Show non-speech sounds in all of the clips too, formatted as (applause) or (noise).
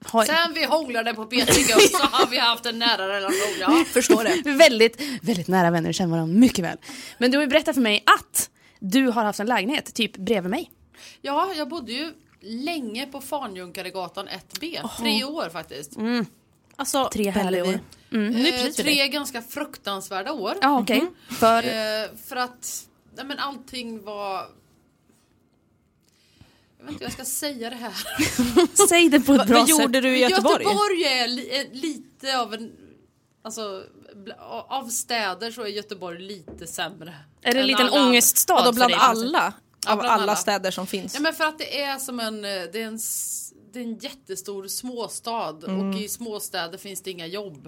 har Sen vi hånglade på P3 Go så har vi haft en nära relation. Ja. Förstår (laughs) det. väldigt, väldigt nära vänner, känner varandra mycket väl. Men du har ju berättat för mig att du har haft en lägenhet typ bredvid mig. ja, jag bodde ju länge på Fanjunkaregatan 1B. Tre år faktiskt. Mm, Alltså, Tre härliga Bellevi. år. Nu är Eh, precis för dig. tre ganska fruktansvärda år. Ja, okej. Mm. För, Eh, för att nej, men allting var... Jag vet inte hur jag ska säga det här. (laughs) säg det på ett bra Vad sätt. gjorde du i Göteborg? Göteborg är li, är lite av en... Alltså, bl- av städer så är Göteborg lite sämre. Är det en än liten alla andra. ångeststad Vadå för bland dig, Alltså, på något sätt? alla? Ja, Av bland alla alla. städer som finns? Ja men för att det är som en, eh, det är en, s- det är en jättestor småstad Mm. och i småstäder finns det inga jobb.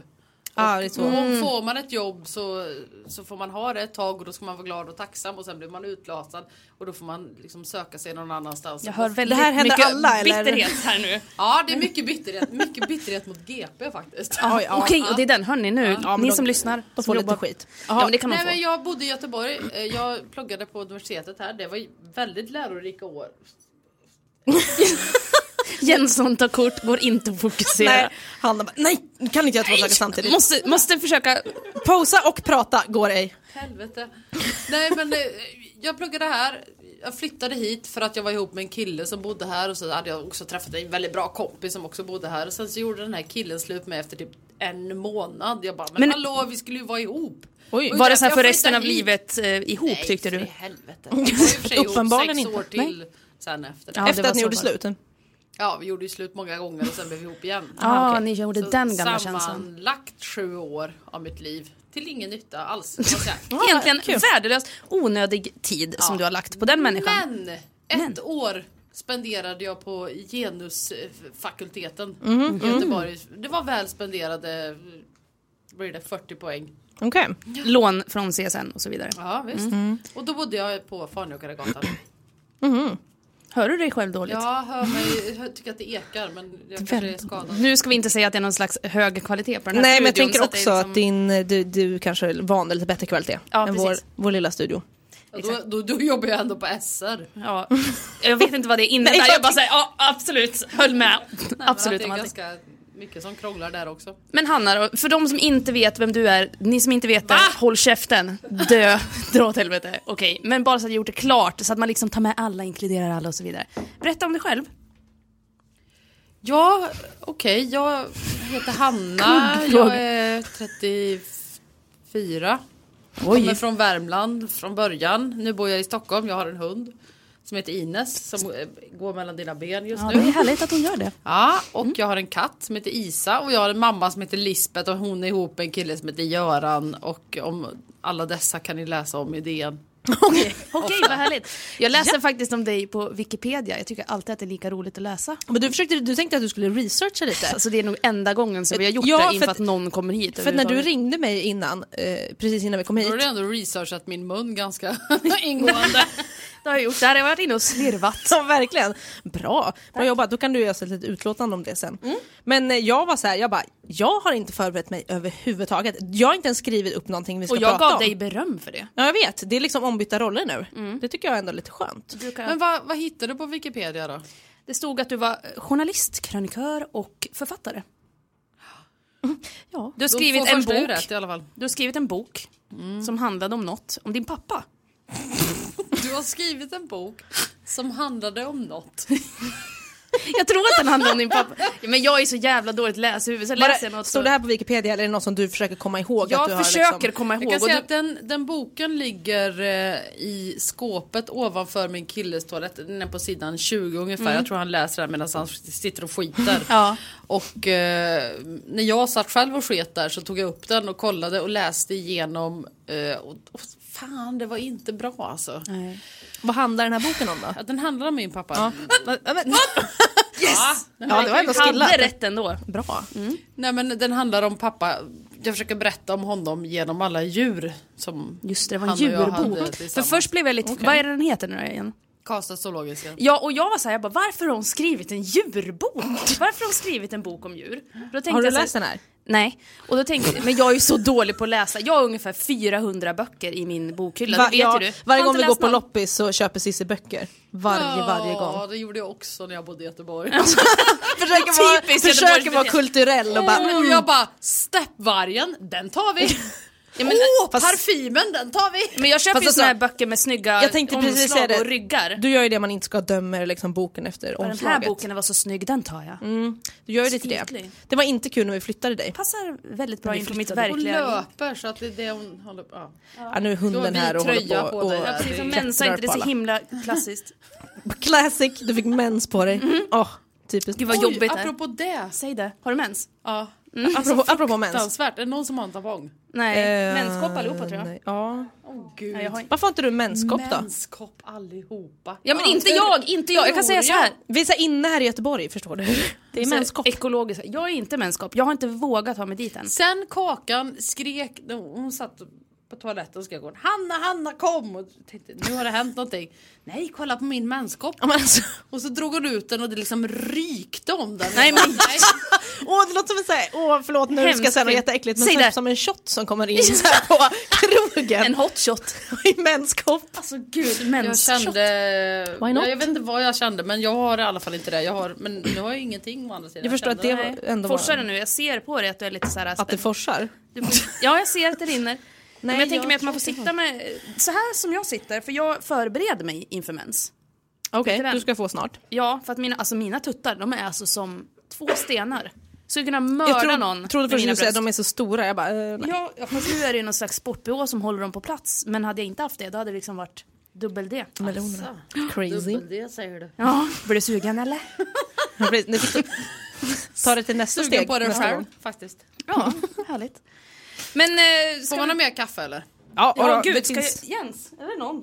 Ja, Ah, det är så. Och Får man ett jobb så, så får man ha det ett tag och då ska man vara glad och tacksam och sen blir man utlasad och då får man liksom söka sig någon annanstans. Jag hör väldigt Det här händer mycket alla, eller? bitterhet här nu. Ja det är mycket bitterhet, mycket bitterhet mot GP faktiskt. Oj, ja. Okej, och det är den. Hörni nu, Ja, men ni de- som lyssnar. de som får lite jobbar- skit. Ja, (laughs) men det kan man Nej, få. men jag bodde i Göteborg, Eh, jag pluggade på universitetet här, det var ju väldigt lärorika år. Jensson tar kort, går inte att fokusera. Nej, Hanna bara, nej, nu kan inte jag två saker samtidigt. Måste, måste försöka. Posa och prata går ej. Helvete. Nej men eh, jag pluggade här. Jag flyttade hit för att jag var ihop med en kille som bodde här och så hade jag också träffat en väldigt bra kompis som också bodde här. Och sen så gjorde den här killen slut med efter typ en månad. Jag bara, men, Men- hallå vi skulle ju vara ihop. Oj. Och Var det så här jag för flyttar resten av hit. livet eh, ihop Nej, tyckte för du? i helvete. Vi var ju i och för sig ihop Uppenbarligen sex år inte. till sen efter det. Ja, Efter det att ni var gjorde så slut. Ja, vi gjorde ju slut många gånger och sen blev vi ihop igen. Ja, Ah, ni gjorde den gamla känslan. Sammanlagt sju år av mitt liv. Till ingen nytta alls. kan jag säga. Egentligen kul. värdelös, onödig tid som du har lagt på den människan. Men ett år spenderade jag på genusfakulteten Mhm. Mm. i Göteborg. Det var väl spenderade eh, blir det 40 poäng. Okej. Lån från CSN och så vidare. Ja visst. Mhm. Och då bodde jag på Fanjåkaregatan. Hör du dig själv dåligt? Jag hör mig, jag tycker att det ekar men jag kanske är Väldigt skadad. Nu ska vi inte säga att det är någon slags hög kvalitet på den här Nej men jag studion, tänker så att också det är att liksom- din, du, du kanske är van lite bättre kvalitet Ja, än precis. vår, vår lilla studio. Då, då, då jobbar jag ändå på SR. Ja, jag vet inte vad det innebär, (laughs) Nej, jag bara säger ja absolut, höll med. absolut Men om att det allting. är ganska mycket som krånglar där också. Men Hanna då, för de som inte vet vem du är, ni som inte vet det, håll käften, dö, (laughs) dra åt helvete. Okej, men bara så att jag gjort det klart, så att man liksom tar med alla, inkluderar alla och så vidare. Berätta om dig själv. Ja, okej. Jag heter Hanna. Jag är 34. Kommer från Värmland från början. Nu bor jag i Stockholm. Jag har en hund som heter Ines som eh, går mellan dina ben just Ja, det är Mm. nu. härligt att hon gör det. Ja, och jag har en katt som heter Isa och jag har en mamma som heter Lisbeth och hon är ihop med en kille som heter Göran och om alla dessa kan ni läsa om (laughs) i DN. Okej, okej, vad härligt. Jag läser faktiskt om dig på Wikipedia, jag tycker alltid att det är lika roligt att läsa. Men du, försökte, du tänkte att du skulle researcha lite. Alltså det är nog enda gången som vi har gjort Ja, det för inför att- att, någon kommer hit För att när du överhuvudtaget. ringde mig innan, eh, precis innan vi kom Då hit. har du ändå researchat min mun ganska (laughs) (laughs) ingående. Det har jag gjort, där har jag varit inne och svirvat. (laughs) Ja, verkligen. Bra. Bra jobbat. Då kan du göra ett litet utlåtande om det sen. Mm. Men eh, jag var så här, jag bara, jag har inte förberett mig överhuvudtaget. Jag har inte ens skrivit upp någonting vi ska Och jag prata gav om. dig Mm. beröm för det. Ja, jag vet. Det är liksom ombytta roller nu. Det tycker jag ändå är lite skönt. Men vad, vad hittade du på Wikipedia då? Det stod att du var eh, journalist, krönikör och författare. Ja, du har De skrivit en två första är ju bok, rätt i alla fall. du har skrivit en bok som handlade om något, om din pappa. Du har skrivit en bok som handlade om något. Jag tror att den handlade om din pappa. Ja, Men jag är så jävla dåligt läshuvud så Var läser jag det, något stod så... det här på Wikipedia eller är det något som du försöker komma ihåg? att du Jag har försöker Liksom... komma Jag kan ihåg. Och säga du... att den, den boken ligger eh, i skåpet ovanför min killes toalett. Den är på sidan 20 ungefär. Jag tror han läser den medan han sitter och skiter. Mm. (laughs) Ja. Och eh, när jag satt själv och sket där så tog jag upp den och kollade och läste igenom. Eh, och, och, fan, det var inte bra alltså. Nej. Vad handlar den här boken om då? Ja, den handlar om min pappa. (laughs) Ja. Yes! Ja, det var ändå skillat. hade rätt ändå. Bra. Nej men den handlar om pappa. Jag försöker berätta om honom genom alla djur som Just det, det var en han och jag hade djurbok. För tillsammans. först blev jag lite, vad är det den heter nu då igen? Karlstads zoologiska. Ja, och jag var så här, jag bara, varför har hon skrivit en djurbok? Varför har hon skrivit en bok om djur? Då tänkte Har du jag så här- läst den här? Nej, och då tänkte jag, men jag är ju så dålig på att läsa. Jag har ungefär 400 böcker i min bokhylla, det vet ja, ju du. Varje Har gång inte vi går läst på någon? loppis så köper Cissi böcker. Varje, varje Ja, gång. det gjorde jag också när jag bodde i Göteborg. (laughs) Försöker vara, Typiskt försöker vara Göteborgsbeteende. kulturell och bara (laughs) Och jag bara, steppvargen, den tar vi. (laughs) Ja, men, Och parfymen, den tar vi. men jag köper ju Fast såna här alltså, böcker med snygga Jag tänkte omslag precis säga det. och ryggar. Du gör ju det man inte ska döma liksom boken efter den här omslaget. Mm. boken var så snygg, den tar jag. Du gör ju det till det. Stilig. Det var inte kul när vi flyttade dig. Passar väldigt bra in på mitt Hon verkliga liv. löper så att det är det hon håller på. Ja. Ja, nu är hunden Du har här och (laughs) vit tröja håller på på dig. Ja, precis, som Klättrar mensa inte det är på så alla. himla klassiskt. Classic, du fick mens på dig. Åh, typiskt. Gud vad jobbigt det är. apropå det. Säg det, har du mens? Ja. Apropå, apropå mens. Fruktansvärt. Är det någon som har en tampong? Nej, Eh, menskopp allihopa tror jag. nej, Ja. Åh gud. Nej, jag har... Varför har inte du menskopp då? Menskopp allihopa. Ja men inte jag, inte jag. Jag kan säga så här. Vi är så här inne här i Göteborg förstår du. Det är menskopp. Ekologiskt. Jag är inte menskopp, jag har inte vågat ha mig dit än. Sen Kakan skrek, hon satt på toaletten och skrek hon, Hanna, Hanna kom! Och jag tänkte, nu har det hänt någonting. Nej, kolla på min menskopp. Ja, men alltså, Och så drog hon ut den och det liksom rykte om den. (laughs) Nej, Jag bara, men- nej. Åh det låter som en såhär, åh förlåt nu ska Hemsk jag säga något film. jätteäckligt men Säg typ det. som en shot som kommer in så här på krogen En hot shot. (laughs) i menskopp. Alltså gud, Jag mens kände... Why not? Jag, vet inte vad jag kände men jag har i alla fall inte det. Jag har, men nu har jag ingenting å andra sidan. Jag förstår att kände det det. var ändå var- Forsar det nu, jag ser på dig att du är lite såhär Att det forsar? Du får- Ja, jag ser att det rinner. Nej, men jag tänker jag mig att man får sitta med... Så här som jag sitter, för jag förbereder mig inför mens. Okej, den. du ska få snart. Ja, för att mina, alltså mina tuttar, de är alltså som två stenar. Skulle kunna mörda jag tro- någon trodde med först mina du skulle säga bröst. att de är så stora, jag bara eh, nej. Ja, ja, fast nu är det ju någon slags sportbh som håller dem på plats. Men hade jag inte haft det, då hade det liksom varit dubbel D. melonerna. Crazy. Dubbel D "Alltså, säger du. Ja, blir du sugen eller? Ja, precis. Nu fick du- Ta det till nästa Sugen steg på det nästa själv gång. faktiskt. Ja, (laughs) härligt. Men eh, ska Får man ha mer kaffe eller? Ja, och Ja, då, gud, det ska finns jag... Jens, eller någon?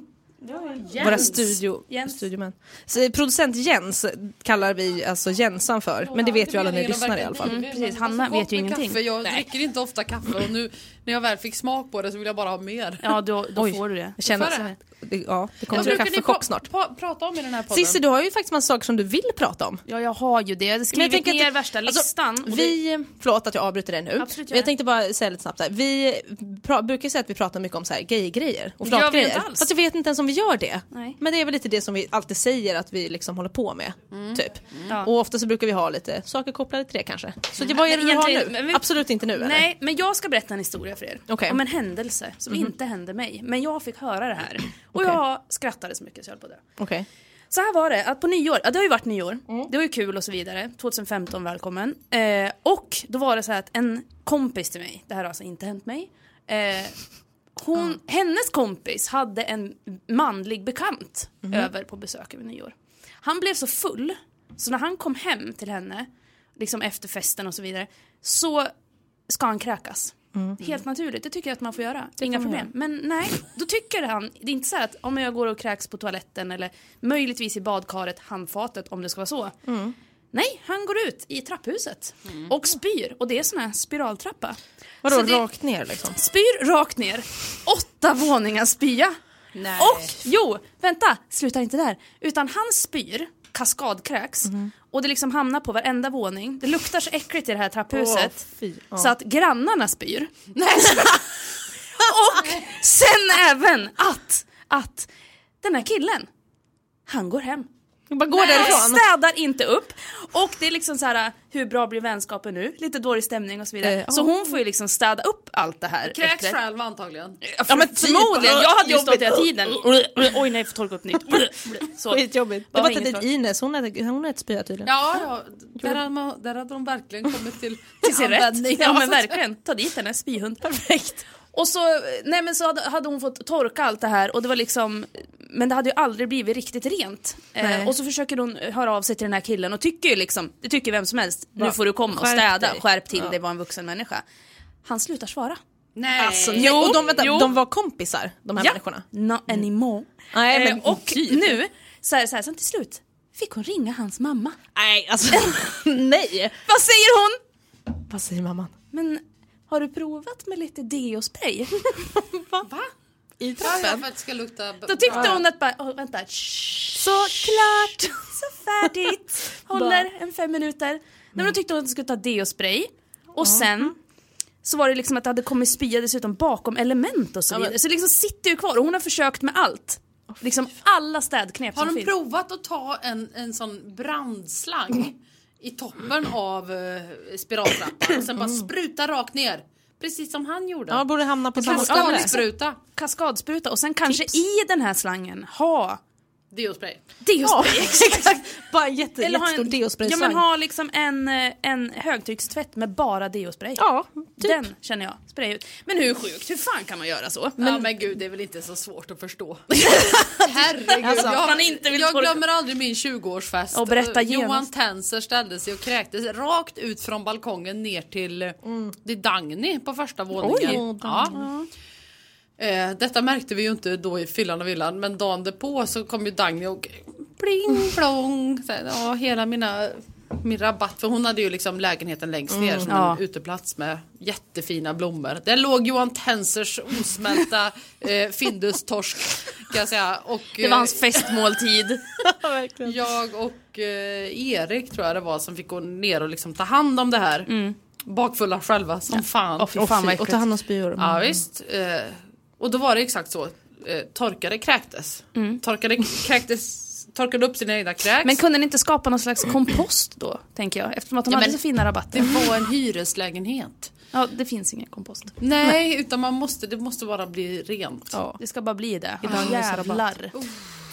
Jens. våra studio, Jens. studiomän. Så, producent Jens kallar vi alltså Jensan för, men det vet ju alla ni meningen att lyssnare i verkligen alla fall. bli- precis. man Hanna får gott vet ju med ingenting. Kaffe. Jag Nej. dricker inte ofta kaffe och nu när jag väl fick smak på det så vill jag bara ha mer. Ja, då, då Oj. får du det. Jag känner Får att det, ja, det Vad kommer en brukar ni kaffechock pa- snart. pa- prata om i den här podden? Cissi, du har ju faktiskt massa saker som du vill prata om. Ja, jag har ju det. Jag hade Men jag skrivit tänker ner att- värsta alltså, listan. och det- vi, förlåt att jag avbryter dig nu, Absolut, gör men jag det. tänkte bara säga lite snabbt här. Vi pra, brukar säga att vi pratar mycket om så här gay-grejer och Gör vi inte flatgrejer. alls. Fast jag vet inte ens om vi gör det. Nej. Men det är väl lite det som vi alltid säger att vi liksom håller på med. Typ. Mm. Ja. Och ofta så brukar vi ha lite saker kopplade till det kanske. Så det var ju det vi har Egentligen- nu. men vi- Absolut inte nu eller? Nej, men jag ska berätta en historia för er. Okej. Mhm. Om en händelse som inte hände mig. Men jag fick höra det här. Och Okej. jag skrattade så mycket så jag höll på det. Okej. Så här var det, att på nyår, ja det har ju varit nyår, det var ju kul och så vidare, 2015 välkommen. Eh, och då var det så här att en kompis till mig, det här har alltså inte hänt mig, eh, hon, hennes kompis hade en manlig bekant över på besök över nyår. Han blev så full, så när han kom hem till henne, liksom efter festen och så vidare, så ska han kräkas. Helt naturligt, Mm. det tycker jag att man får göra. Inga problem. Men nej, då tycker han, det är inte så här att om jag går och kräks på toaletten eller möjligtvis i badkaret, handfatet om det ska vara så. Nej, han går ut i trapphuset och spyr och det är sån här spiraltrappa. Vadå Så det- rakt ner liksom? Spyr rakt ner, åtta våningar spya. Nej. Och jo, vänta, sluta inte där. Utan han spyr, kaskadkräks Mhm. och det liksom hamnar på varenda våning. Det luktar så äckligt i det här trapphuset Åh, fy, ja. så att grannarna spyr. (laughs) och sen även att, att den här killen, han går hem. Jag bara går därifrån. Städar inte upp. Och det är liksom så här, hur bra blir vänskapen nu? Lite dålig stämning och så vidare. Eh, ja. Så hon får ju liksom städa upp allt det här. Kräks äcklet. själv antagligen. Ja Typ, men typ. förmodligen, jag hade ju Jobbigt. stått hela tiden. Oj nej, jag får torka upp nytt. Så. Skitjobbigt. Det Vad var inget inte bra. dit Ines, hon är, hon är ett spya tydligen. Ja, ja där, hade man, där hade de verkligen kommit (laughs) till, till sin användning. rätt. Ja men verkligen, ta dit henne, spyhund. Perfekt. Och så, nej men så hade, hade hon fått torka allt det här och det var liksom, men det hade ju aldrig blivit riktigt rent. Nej. Eh, och så försöker hon höra av sig till den här killen och tycker ju liksom, det tycker vem som helst, nu Va? får du komma och Skärp städa, dig. skärp till dig, var en vuxen människa. Han slutar svara. Nej. Alltså, nej. Jo, och de, vänta, jo. de var kompisar, de här människorna? Mm. Not anymore. Nej, men eh, och typ. nu, så här, så här, sen till slut, fick hon ringa hans mamma. Nej, alltså (laughs) nej! Vad säger hon? Vad säger mamman? Men har du provat med lite deo-spray? I Ja, ja, för att det ska lukta... Då tyckte hon att bara, åh, vänta, shh, så klart, så färdigt, håller en fem minuter. Nej, men då tyckte hon att hon skulle ta deo-spray och sen så var det liksom att det hade kommit spya dessutom bakom element och så Ja, men- vidare. Så det liksom sitter ju kvar och hon har försökt med allt. Liksom alla städknep Har som de finns. provat att ta en, en sån brandslang i toppen av eh, spiraltrappan och sen bara spruta rakt ner? Precis som han gjorde. Ja, borde hamna på samma ställe. Kastanjespruta, Kaskadspruta och sen kanske i den här slangen ha deospray. Ja, (laughs) deo-spray. exakt! Bara en jätte, Eller ha jättestor en, ja, deosprayslang. men ha liksom en, eh, en högtryckstvätt med bara deospray. Ja, typ. Den känner jag. Spray ut. Men hur sjukt, hur fan kan man göra så? Men, ja, men gud, det är väl inte så svårt att (laughs) förstå. Herregud, Alltså, jag, man inte vill jag tolka- glömmer aldrig min 20-årsfest. Och berätta Johan genast. Tenser ställde sig och kräktes rakt ut från balkongen ner till, eh, till Dagny på första våningen. Oj. ja. Eh, detta märkte vi ju inte då i fyllan och villan men dagen därpå så kom ju Dagny och pling plong. Så här, Ja, hela mina, min rabatt, för hon hade ju liksom lägenheten längst ner som Mm, Ja. en uteplats med (laughs) jättefina blommor. Där låg Johan Tensers osmälta eh, Findus-torsk ska jag säga. Och, Det var hans festmåltid. Ja, verkligen. Jag och eh, Erik tror jag det var som fick gå ner och liksom ta hand om det här. Bakfulla själva som fan. Åh, fy fan, vad och ta hand om spyor. Ja visst. Eh, och då var det exakt så. Eh, torkade kräktes. Torkade kräktes. Torkade upp sina egna (laughs) kräks. Men kunde ni inte skapa någon slags kompost då, tänker jag? Eftersom att de Ja, hade men- så fina rabatter. det var (laughs) en hyreslägenhet. Ja, det finns ingen kompost. Nej, utan man måste, det måste bara bli rent. Ja. Det ska bara bli det. Idag är det så Jävlar.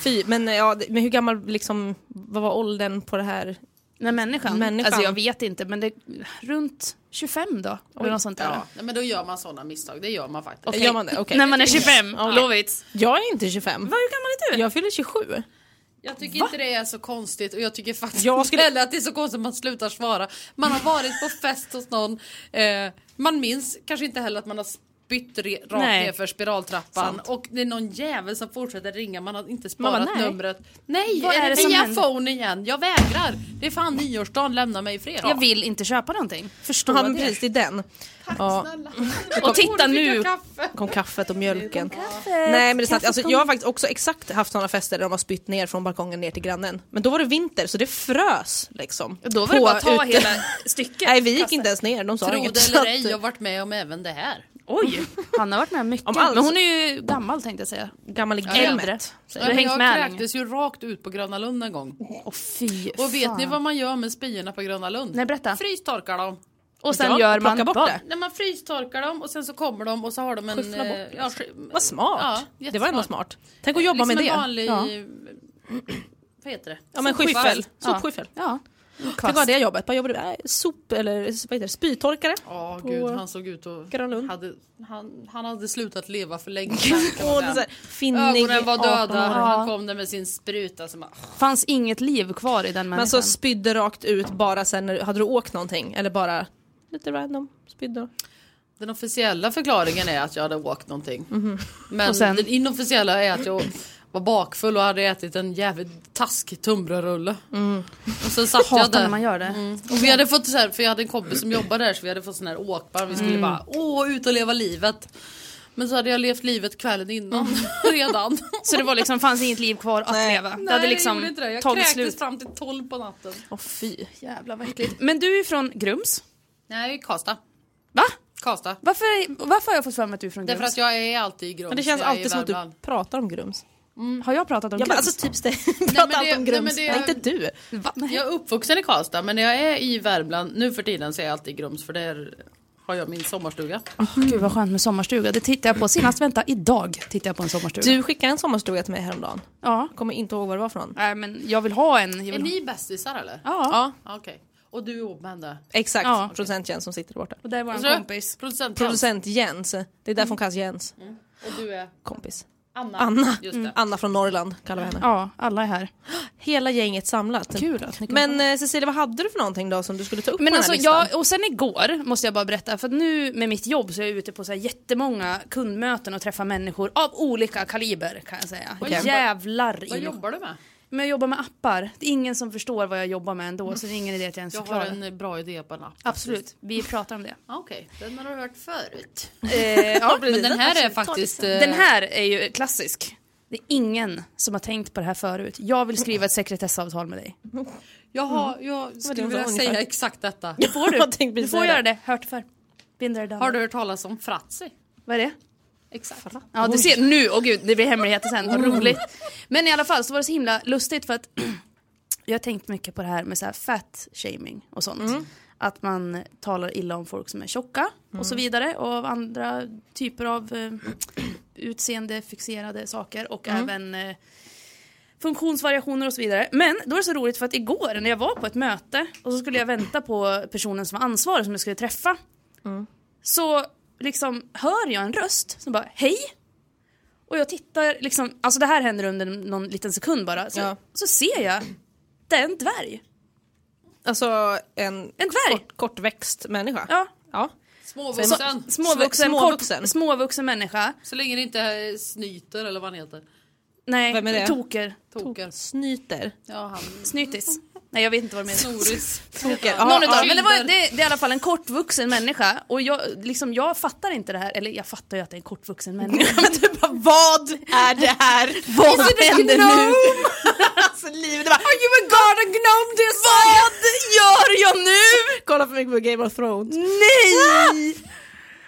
Fy, men, ja, det- men hur gammal, liksom, vad var åldern på det här? Nej, människan. Människan. Alltså jag vet inte, men det runt 25 då? Eller något sånt där. Ja, nej, men då gör man sådana misstag, det gör man faktiskt. Okej. Gör man det? Okej. När man är 25, Ja. lovits. Jag är inte 25. Hur gammal är du? Jag fyller 27. Jag tycker inte det är så konstigt och jag tycker faktiskt Jag inte skulle- heller att det är så konstigt att man slutar svara. Man har varit på fest hos någon, eh, man minns kanske inte heller att man har spytt re- rakt Nej. ner för spiraltrappan och det är någon jävel som fortsätter ringa, man har inte Man bara, sparat nej. numret. Nej, Vad är, är det det som via händer? phone igen? Jag vägrar! Det är fan nyårsdagen, lämna mig i fred. Jag vill inte köpa någonting. Förstår Han, det. precis, det är den. Tack ja. Snälla. Och titta Åh, fick nu! jag kaffe. kom kaffet och mjölken. Nej men det är sant. Alltså, jag har faktiskt också exakt haft sådana fester där de har spytt ner från balkongen ner till grannen. Men då var det vinter så det frös liksom. Då var det bara att ta ute- (laughs) hela stycket. (laughs) Nej vi gick inte ens ner, de sa Tro inget. det Så eller att- ej, jag har varit med om även det här. Oj, han har varit med mycket. Om allt. Men hon är ju gammal tänkte jag säga. Gammal i Äldre. gamet. Så Ja, du har men hängt jag med länge. kräktes ju rakt ut på Gröna Lund en gång. Åh fy Och vet fan. ni vad man gör med spyorna på Gröna Lund? Nej, berätta. Frystorkar dem. Och sen Ja, gör plocka man bort vad? det. När man frystorkar dem och sen så kommer de och så har de en... Skyffla bort liksom. eh, ja, Mm. sky- Vad smart. Ja, det var ändå jättesmart. smart. Tänk Eh, att jobba liksom med det. en vanlig... Ja. (clears throat) Vad heter det? ja men Sopskyffel. skyffel. Ja. Sopskyffel. Ja. Tänk Kvast. att ha det jobbet. Vad jobbar du med? Nej, Sop eller vad heter det? spytorkare. Ja, På gud han såg ut och... Gröna Lund. Hade, han, han hade slutat leva för länge sedan. kan man Och det är säga. så här, finnig, Ögonen var 18 döda, år. han kom där med sin spruta som bara... Fanns inget liv kvar i den Men människan. så spydde rakt ut bara sen när, hade du åkt någonting eller bara lite random spydde? Den officiella förklaringen är att jag hade åkt någonting. Mhm. Men Och sen- den inofficiella är att jag var bakfull och hade ätit en jävligt taskig tunnbrödsrulle. Mm. Och sen satt jag Hatar när man där. gör det. Och vi hade fått så här, för jag hade en kompis som jobbade där så vi hade fått sån här åkbar. Vi skulle bara åh ut och leva livet. Men så hade jag levt livet kvällen innan (laughs) redan. Så det var liksom, fanns inget liv kvar att Nej. leva. det Nej, hade jag liksom gjorde inte det. Jag tagit kräktes slut. fram till tolv på natten. Åh fy. Jävla verkligt. Men du är från Grums. Nej, Karlstad. Va? Karlstad. Varför, varför har jag fått för mig att du är från Grums? Därför att jag är alltid i Grums. Men det känns jag är i alltid som att du Värmland. pratar om Grums. Har jag pratat om Ja, men Grums? alltså typ (laughs) det. pratar det- allt om nej, men Grums. det- Nej, inte du. Va? Nej. Jag är uppvuxen i Karlstad men när jag är i Värmland nu för tiden så är jag alltid i Grums för där har jag min sommarstuga. Gud vad skönt med sommarstuga. Det tittar jag på senast, vänta, idag tittar jag på en sommarstuga. Du skickade en sommarstuga till mig häromdagen. Ja. Jag kommer inte ihåg var det var från. Nej men jag vill ha en. Jag Är vill ha. ni bästisar eller? Ja. Ja, Ja, Okej. Och du är ihop med henne? exakt. Ja. Producent Jens som sitter där borta. Och där är Vad våran sa du? kompis. Producent. Jens. Producent Jens. Det är därför Mm. hon kallas Jens. Och du är Kompis. Anna. Mm. Anna. Just det. Anna från Norrland kallar vi henne. Ja, alla är här. Hela gänget samlat. Kul att ni kom Men eh, Cecilia, vad hade du för någonting då som du skulle ta upp Men på alltså, den här listan? jag, och sen igår måste jag bara berätta, för att nu med mitt jobb så är jag ute på så här jättemånga kundmöten och träffar människor av olika kaliber kan jag säga. Okej. Jävlar Vad in- jobbar du med? Men jag jobbar med appar. Det är ingen som förstår vad jag jobbar med ändå så det är ingen idé att jag ens Jag förklarar. har en bra idé på en app. Absolut, vi pratar om det. Ja, Okej, den har du hört förut. Eh, ja, Men den här är faktiskt... (laughs) eh, Den här är ju klassisk. Det är ingen som har tänkt på det här förut. Jag vill skriva ett sekretessavtal med dig. Jaha, jag skulle hon sa vilja ungefär. säga exakt detta. (laughs) Får Jag tänkte du? Du precis får säga göra det, hört för. Binder down. Har du hört talas om Fratzi? Vad är det? Exakt. Ja du ser, nu, åh gud det blir hemligheter sen, vad roligt. Men i alla fall så var det så himla lustigt för att (clears throat) jag har tänkt mycket på det här med så här fat shaming och sånt. Att man talar illa om folk som är tjocka och så vidare och av andra typer av eh, (clears throat) utseendefixerade saker och även eh, funktionsvariationer och så vidare. Men då är det så roligt för att igår när jag var på ett möte och så skulle jag vänta på personen som var ansvarig som jag skulle träffa. Mm. Så liksom hör jag en röst som bara hej. Och jag tittar liksom, alltså det här händer under någon liten sekund bara. Så, Ja. så ser jag, det är en dvärg. Alltså en, En dvärg. Kort, kortväxt människa. Ja. ja. Småvuxen. Så, Småvuxen, Småvuxen. Kort, småvuxen människa. länge det inte är snyter eller vad han heter. Nej, Vem är det? toker. Toker. Snyter. Ja, han... Snytis. Nej jag vet inte vad de heter. Snoris. Ja, Någon utav ja, dem. Men det, var, Schindler. det, det är i alla fall en kortvuxen människa och jag, liksom, jag fattar inte det här, eller jag fattar ju att det är en kortvuxen människa (laughs) men typ bara vad är det (laughs) här? vad händer nu? alltså livet, det bara, Are you a garden gnome Vad gör jag nu? (laughs) kolla för mycket på Game of Thrones. Nej!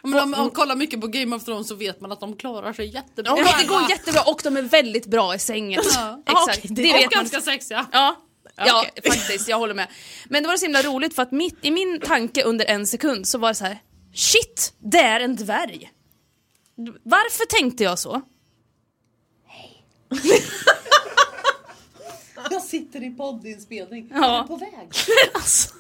Men om man kollar mycket på Game of Thrones så vet man att de klarar sig jättebra. Ja, men det går jättebra och de är väldigt bra i sängen. Exakt, okej, det, det- Och vet man. ganska sexiga. Ja, ja faktiskt, jag håller med. Men det var så himla roligt för att mitt i min tanke under en sekund så var det så här: shit, det är en dvärg. Varför tänkte jag så? Jag sitter i poddinspelning. Ja. På väg. (laughs) Alltså.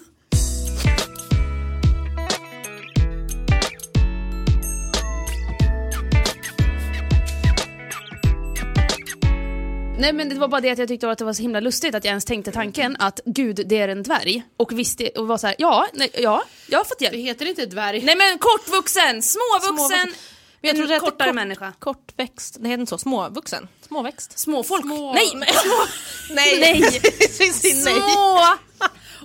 Nej men det var bara det att jag tyckte att det var så himla lustigt att jag ens tänkte tanken att gud det är en dvärg och visste och var så här, ja, nej, ja, jag har fått Det hjälp. heter inte dvärg. Nej men kortvuxen, småvuxen, Småvuxen. Men jag trodde en att det kortare kort- människa. Kortväxt, det heter inte så, småvuxen? Småväxt? Småfolk. Små- Nej! men- (laughs) Nej! Nej. Nej. (laughs) Små!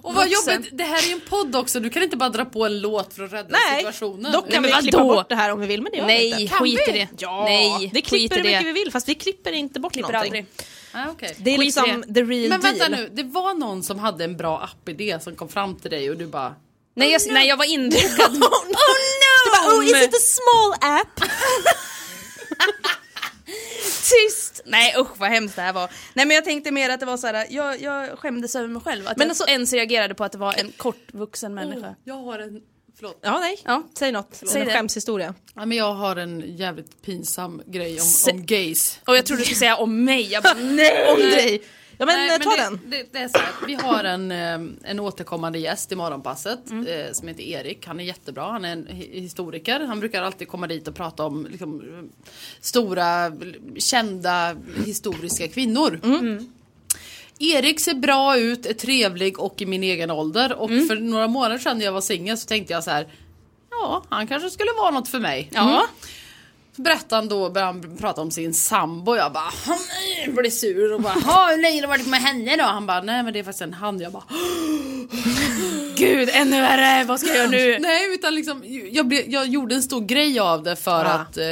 Och vad Vuxen. jobbigt, det här är ju en podd också, du kan inte bara dra på en låt för att rädda situationen. Mm. dock kan men vi klippa vadå? bort det här om vi vill men det gör vi Nej, inte. skit i det. Ja, Nej, det skit i klipper hur mycket det. vi vill fast vi klipper inte bort Klipper någonting. aldrig. Ah, okay. Det är Skit i liksom det. the real Men vänta deal. nu, det var någon som hade en bra appidé som kom fram till dig och du bara Nej jag, nej, jag var (laughs) inriktad. oh Du bara, oh, is it a small app? Tyst! Nej usch vad hemskt det här var. Nej men jag tänkte mer att det var såhär, jag, jag skämdes över mig själv. Att men Men jag alltså- ens reagerade på att det var en kortvuxen människa. Jag har en, förlåt. Ja, nej. Ja. Säg något. Säg en det. skämshistoria. Ja, men jag har en jävligt pinsam grej Se- om, om gays. Och jag trodde du skulle säga om mig, (laughs) jag bara nej! Om dig. Ja men, Nej, eh, ta det, den. Det, det är så här. Vi har en, eh, en återkommande gäst i Morgonpasset Mm. eh, som heter Erik. Han är jättebra, han är en hi- historiker. Han brukar alltid komma dit och prata om liksom, eh, stora, l- kända historiska kvinnor. Mm. Erik ser bra ut, är trevlig och i min egen ålder. Och Mm. för några månader sedan när jag var singel så tänkte jag så här. Ja, han kanske skulle vara något för mig. Ja. Så berättade han då, började han prata om sin sambo jag bara "Åh, nej, jag blir sur och bara "Jaha, hur länge har du varit med henne då? Han bara nej men det är faktiskt en han. Jag bara Gud ännu värre, vad ska jag göra (laughs) nu? nej utan liksom jag, blev, jag gjorde en stor grej av det för, Ja. att, eh,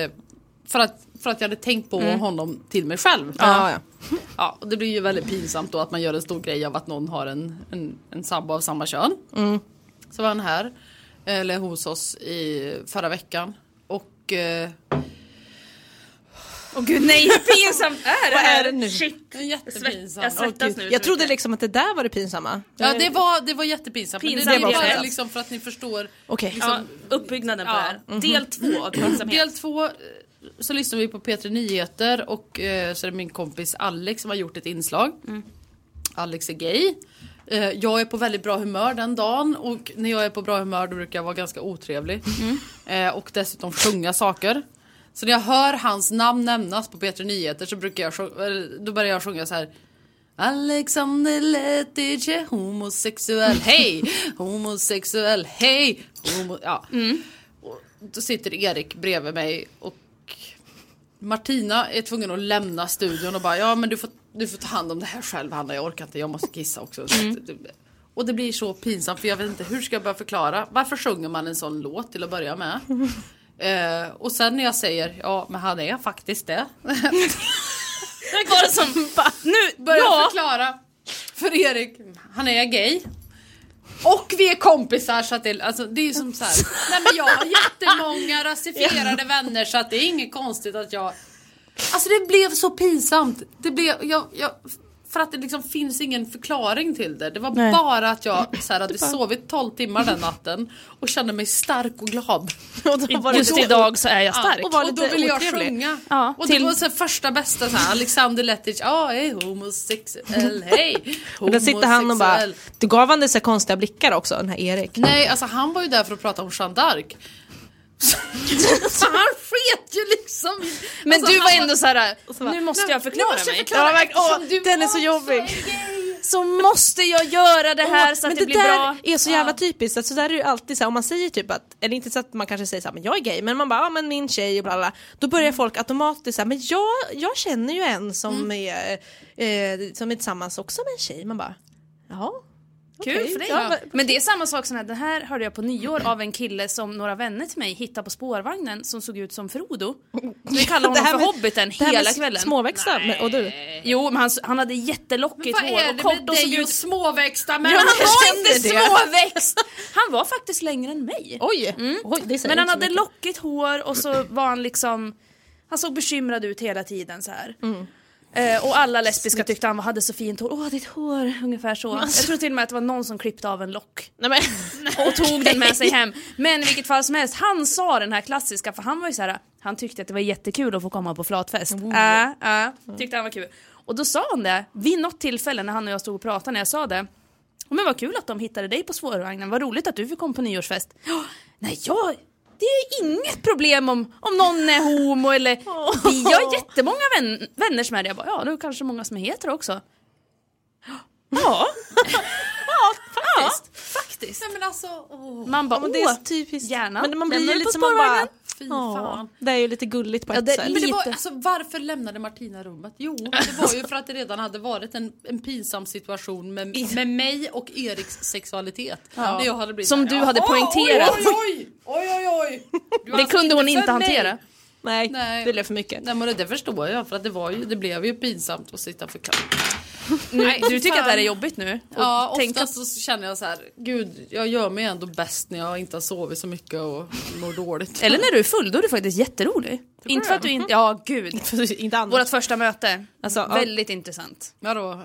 för att för att jag hade tänkt på honom till mig själv. Ja, ja. Mm. Ja, och det blir ju väldigt pinsamt då att man gör en stor grej av att någon har en, en, en sambo av samma kön. Så var han här, eh, eller hos oss i förra veckan. Och eh, Åh gud nej, hur pinsamt är det Vad här? är det nu? Shit. jättepinsamt. Jag svettas nu. Jag trodde liksom att det där var det pinsamma. Ja det var, det var jättepinsamt. Pinsamt men det, det var var det. bara liksom för att ni förstår. Okej. ja, uppbyggnaden på Ja. det här. Del två (clears throat) av pinsamhet. Del två eh, så lyssnar vi på P3 Nyheter och eh, så är det min kompis Alex som har gjort ett inslag. Alex är gay. Eh, Jag är på väldigt bra humör den dagen och när jag är på bra humör då brukar jag vara ganska otrevlig. Eh, Och dessutom sjunga saker. Så när jag hör hans namn nämnas på P3 Nyheter så brukar jag sjung- eller, då börjar jag sjunga så här Alexander Letic är homosexuell, hej! Homosexuell, hej! Homo ja. Och då sitter Erik bredvid mig och Martina är tvungen att lämna studion och bara ja men du får, du får ta hand om det här själv Hanna jag orkar inte jag måste kissa också. Så att det- Och det blir så pinsamt för jag vet inte hur ska jag börja förklara varför sjunger man en sån låt till att börja med? Eh, och sen när jag säger ja men han är faktiskt det. Var det som, nu, Börjar ja! förklara för Erik, han är gay. Och vi är kompisar så att det, alltså, det är ju som så här. Nej men jag har jättemånga rasifierade vänner så att det är inget konstigt att jag Alltså det blev så pinsamt. Det blev, jag, jag, för att det liksom finns ingen förklaring till det. Det var bara att jag så här, hade sovit 12 timmar den natten och kände mig stark och glad. (laughs) Och då var det Just då- idag så är jag stark. Och, var då lite ville jag otrevlig. sjunga. Ja, och till- det var så här första bästa så här, Alexander Letic, ja jag är (laughs) homosexuell, hej! Och där sitter han och bara, homosexuell. du gav han dessa konstiga blickar också, den här Erik. Nej, alltså han var ju där för att prata om Jeanne d'Arc. (laughs) Så han sket ju liksom i- (laughs) Men alltså, du han var ändå såhär, var- nu måste jag förklara måste jag mig. förklara mig. åh, Eftersom du den är så också jobbig. Så måste jag göra det här Åh, så men att det, blir där bra. är så jävla typiskt, att så där är det ju alltid så här, om man säger typ att, är det inte så att man kanske säger så här, men jag är gay, men man bara, ja men min tjej och bla bla, bla. då börjar Mm. folk automatiskt så här, men jag, jag känner ju en som är, eh, som är tillsammans också med en tjej, man bara, jaha, Kul Okej, för dig. ja, men- Men det är samma sak som här, den här hörde jag på nyår av en kille som några vänner till mig hittade på spårvagnen som såg ut som Frodo. Så vi kallade Det honom här för med- Hobbiten Det här med hela kvällen. Småväxta med, och du. Jo, men han, han hade Men jättelockigt vad hår är och det kort med och såg dig och ut... småväxta Men han människor? var känner inte det. småväxt! (laughs) Han var faktiskt längre än mig. Oj! Oj det säger Mm. Men han inte så hade mycket. lockigt hår och så var han liksom Han såg bekymrad ut hela tiden så här. Mm. Eh, och alla lesbiska tyckte han hade så fint hår. Åh ditt hår, ungefär (laughs) så. Jag tror till och med att det var någon som klippte av en lock Nej, (laughs) men, och tog den med sig hem. Men i vilket fall som helst, han sa den här klassiska för han var ju så här, han tyckte att det var jättekul att få komma på flatfest. Äh, Mm. äh, tyckte han var kul. Och då sa han det, vid något tillfälle när han och jag stod och pratade när jag sa det. "Ja, Men vad kul att de hittade dig på spårvagnen, vad roligt att du fick komma på nyårsfest. "Ja, Nej jag, det är inget problem om, om någon är homo (laughs) eller vi har jättemånga vän, vänner som är det. Jag bara, ja det är kanske många som är hetero också. Ja, ja faktiskt. Nej men alltså, åh, Man bara, men det åh, är så typiskt. gärna. Men man blir Lämnar ju du på lite som man bara... spårvagnen? fy Åh, fan. det är ju lite gulligt på Ja, ett det- sätt. Men det var, Lite. alltså, varför lämnade Martina rummet? Jo, det var ju för att det redan hade varit en, en pinsam situation med, med mig och Eriks sexualitet. När jag hade blivit Som så här, du hade "Jaha, poängterat." Oj, oj, oj, oj, oj. Du Det har kunde hon inte för mig. hantera. Nej, Nej. det blev för mycket. Nej men det där förstår jag för att det, var ju, det blev ju pinsamt att sitta för kant. Nu, du tycker fan. att det här är jobbigt nu? Och Ja, tänk oftast så känner jag så här, gud jag gör mig ändå bäst när jag inte har sovit så mycket och mår dåligt. att, eller när du är full, då är du faktiskt jätterolig. Inte för att du Mhm. inte... Ja, gud. (laughs) inte annat. Vårt första möte, Alltså, ja. väldigt intressant. Vadå?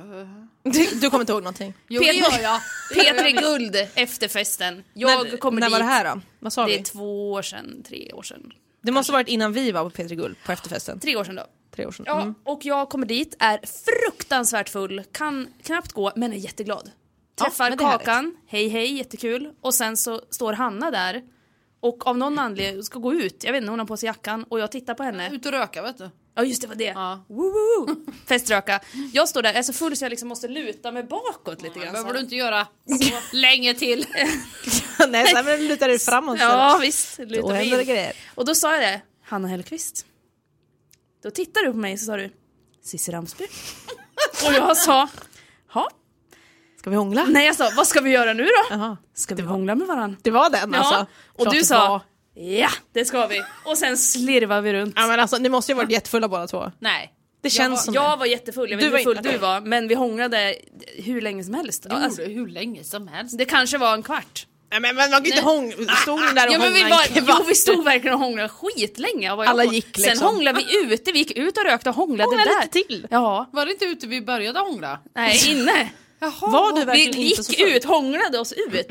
Du, (laughs) du kommer inte ihåg någonting? Jo det (laughs) gör jag. P3 Guld efter festen. Jag när, kommer när dit. var det här då? Vad sa Det vi? är två år sedan, tre år sedan. Det måste ha varit innan vi var på P3 Guld på efterfesten. Tre år sedan då. Tre år sedan. Ja, Mm. och jag kommer dit, är fruktansvärt full, kan knappt gå, men är jätteglad. Ja, Träffar men det är Kakan, hej hej, jättekul. Och sen så står Hanna där och av någon anledning ska gå ut, jag vet inte, hon har på sig jackan och jag tittar på henne. Ut och röka vet du. Ja just det, var det. Ja. Woo, woo, woo. Feströka. Jag står där, jag är så full så jag liksom måste luta mig bakåt lite grann. behöver så. du inte göra (laughs) så länge till. Mm. (laughs) Nej, sen men lutar du framåt Ja visst, istället. Då luta mig händer det in. grejer. Och då sa jag det, Hanna Hellquist. Då tittade du på mig och så sa du, Cissi (laughs) Ramsby. och jag sa, ja. Ska vi hångla? Nej jag sa, vad ska vi göra nu då? Jaha. Ska vi hångla med varandra? Det var den Ja. alltså? Och Klart du det sa, var. ja det ska vi. Och sen slirvar vi runt. Ja men alltså ni måste ju ha varit jättefulla båda två. Nej. Det Jag var, känns som jag var jättefull, jag vet inte Du hur var full inte- du var, men vi hånglade hur länge som helst. Gjorde Alltså, hur länge som helst. det kanske var en kvart. Nej, men, men man kan ju inte hångla. Stod ni där och Ja, men vi hånglade var, en kvart? jo vi stod verkligen och hånglade skitlänge. Och var jag Alla på. gick Sen liksom. hånglade vi ute, vi gick ut och rökte och hånglade Hånglade där. lite till. Ja, Var det inte ute vi började hångla? nej inne. Jaha. Var du Vi verkligen inte så gick full? ut, hånglade oss ut.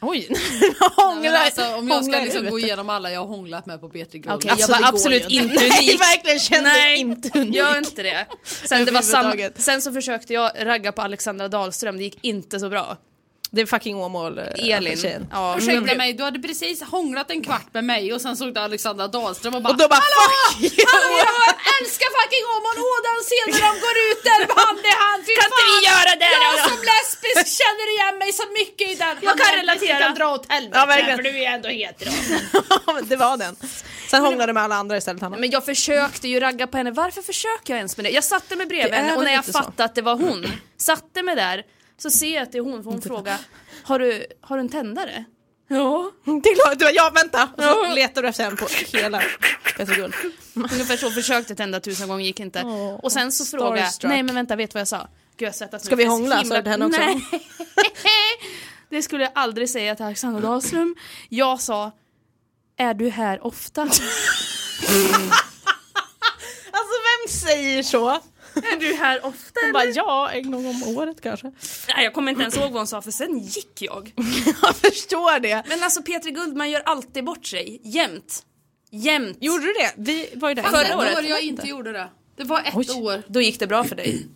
Oj. (laughs) Nej, hångla, men alltså, om jag ska hångla liksom ut. gå igenom alla jag har hånglat med på BT Guld. Okej, Alltså, jag det var går absolut ju inte Nej (laughs) unik. verkligen kände Nej, inte unik. gör inte det. Sen, det var sam- Överhuvudtaget. sen så försökte jag ragga på Alexandra Dahlström, det gick inte så bra. Det är fucking Åmål. eh, Elin. tjejen. Ja. Ursäkta mig, du hade precis hånglat en kvart med mig och sen såg du Alexandra Dahlström och bara Och då bara fuck you! Hallå, jag älskar fucking Åmål, åh den scenen när de går ut där med hand i hand, fy Kan inte fan! vi göra det jag då? som lesbisk känner igen mig så mycket i den. Jag kan Hanna, relatera. Du liksom, kan dra åt helvete, Ja, verkligen. för du är ändå hetero. (laughs) Ja, men det var den. Sen hånglade du med alla andra istället Hanna. Men jag försökte ju ragga på henne, varför försöker jag ens med det? Jag satte mig bredvid Det är henne och väl när jag lite så. fattade att det var hon, satte mig där, så ser jag att det är hon för hon frågar har du, har du en tändare? Ja. Det är klart, du bara, ja vänta! Och Ja. så letar du efter en på hela Peter Guld. Ungefär så, försökte tända tusen gånger, gick inte. Åh, och sen så frågade jag, starstruck. nej men vänta, vet du vad jag sa? Gud, jag svettas nu, Ska vi jag är så hångla? himla- Sa du henne också? Nej. (laughs) Det skulle jag aldrig säga till Alexander Dahlström. Jag sa, är du här (laughs) ofta? Alltså vem säger så? är du här ofta Hon bara ja, en gång om året kanske. Nej, jag kommer inte ens ihåg vad hon sa för sen gick jag. (laughs) Jag förstår det. Men alltså Petri Guldman gör alltid bort sig, jämt. Jämt. Gjorde du det? Vi var ju där. Förra Förra året, året jag inte gjorde det. Det var ett år Då gick det bra för (clears throat) dig.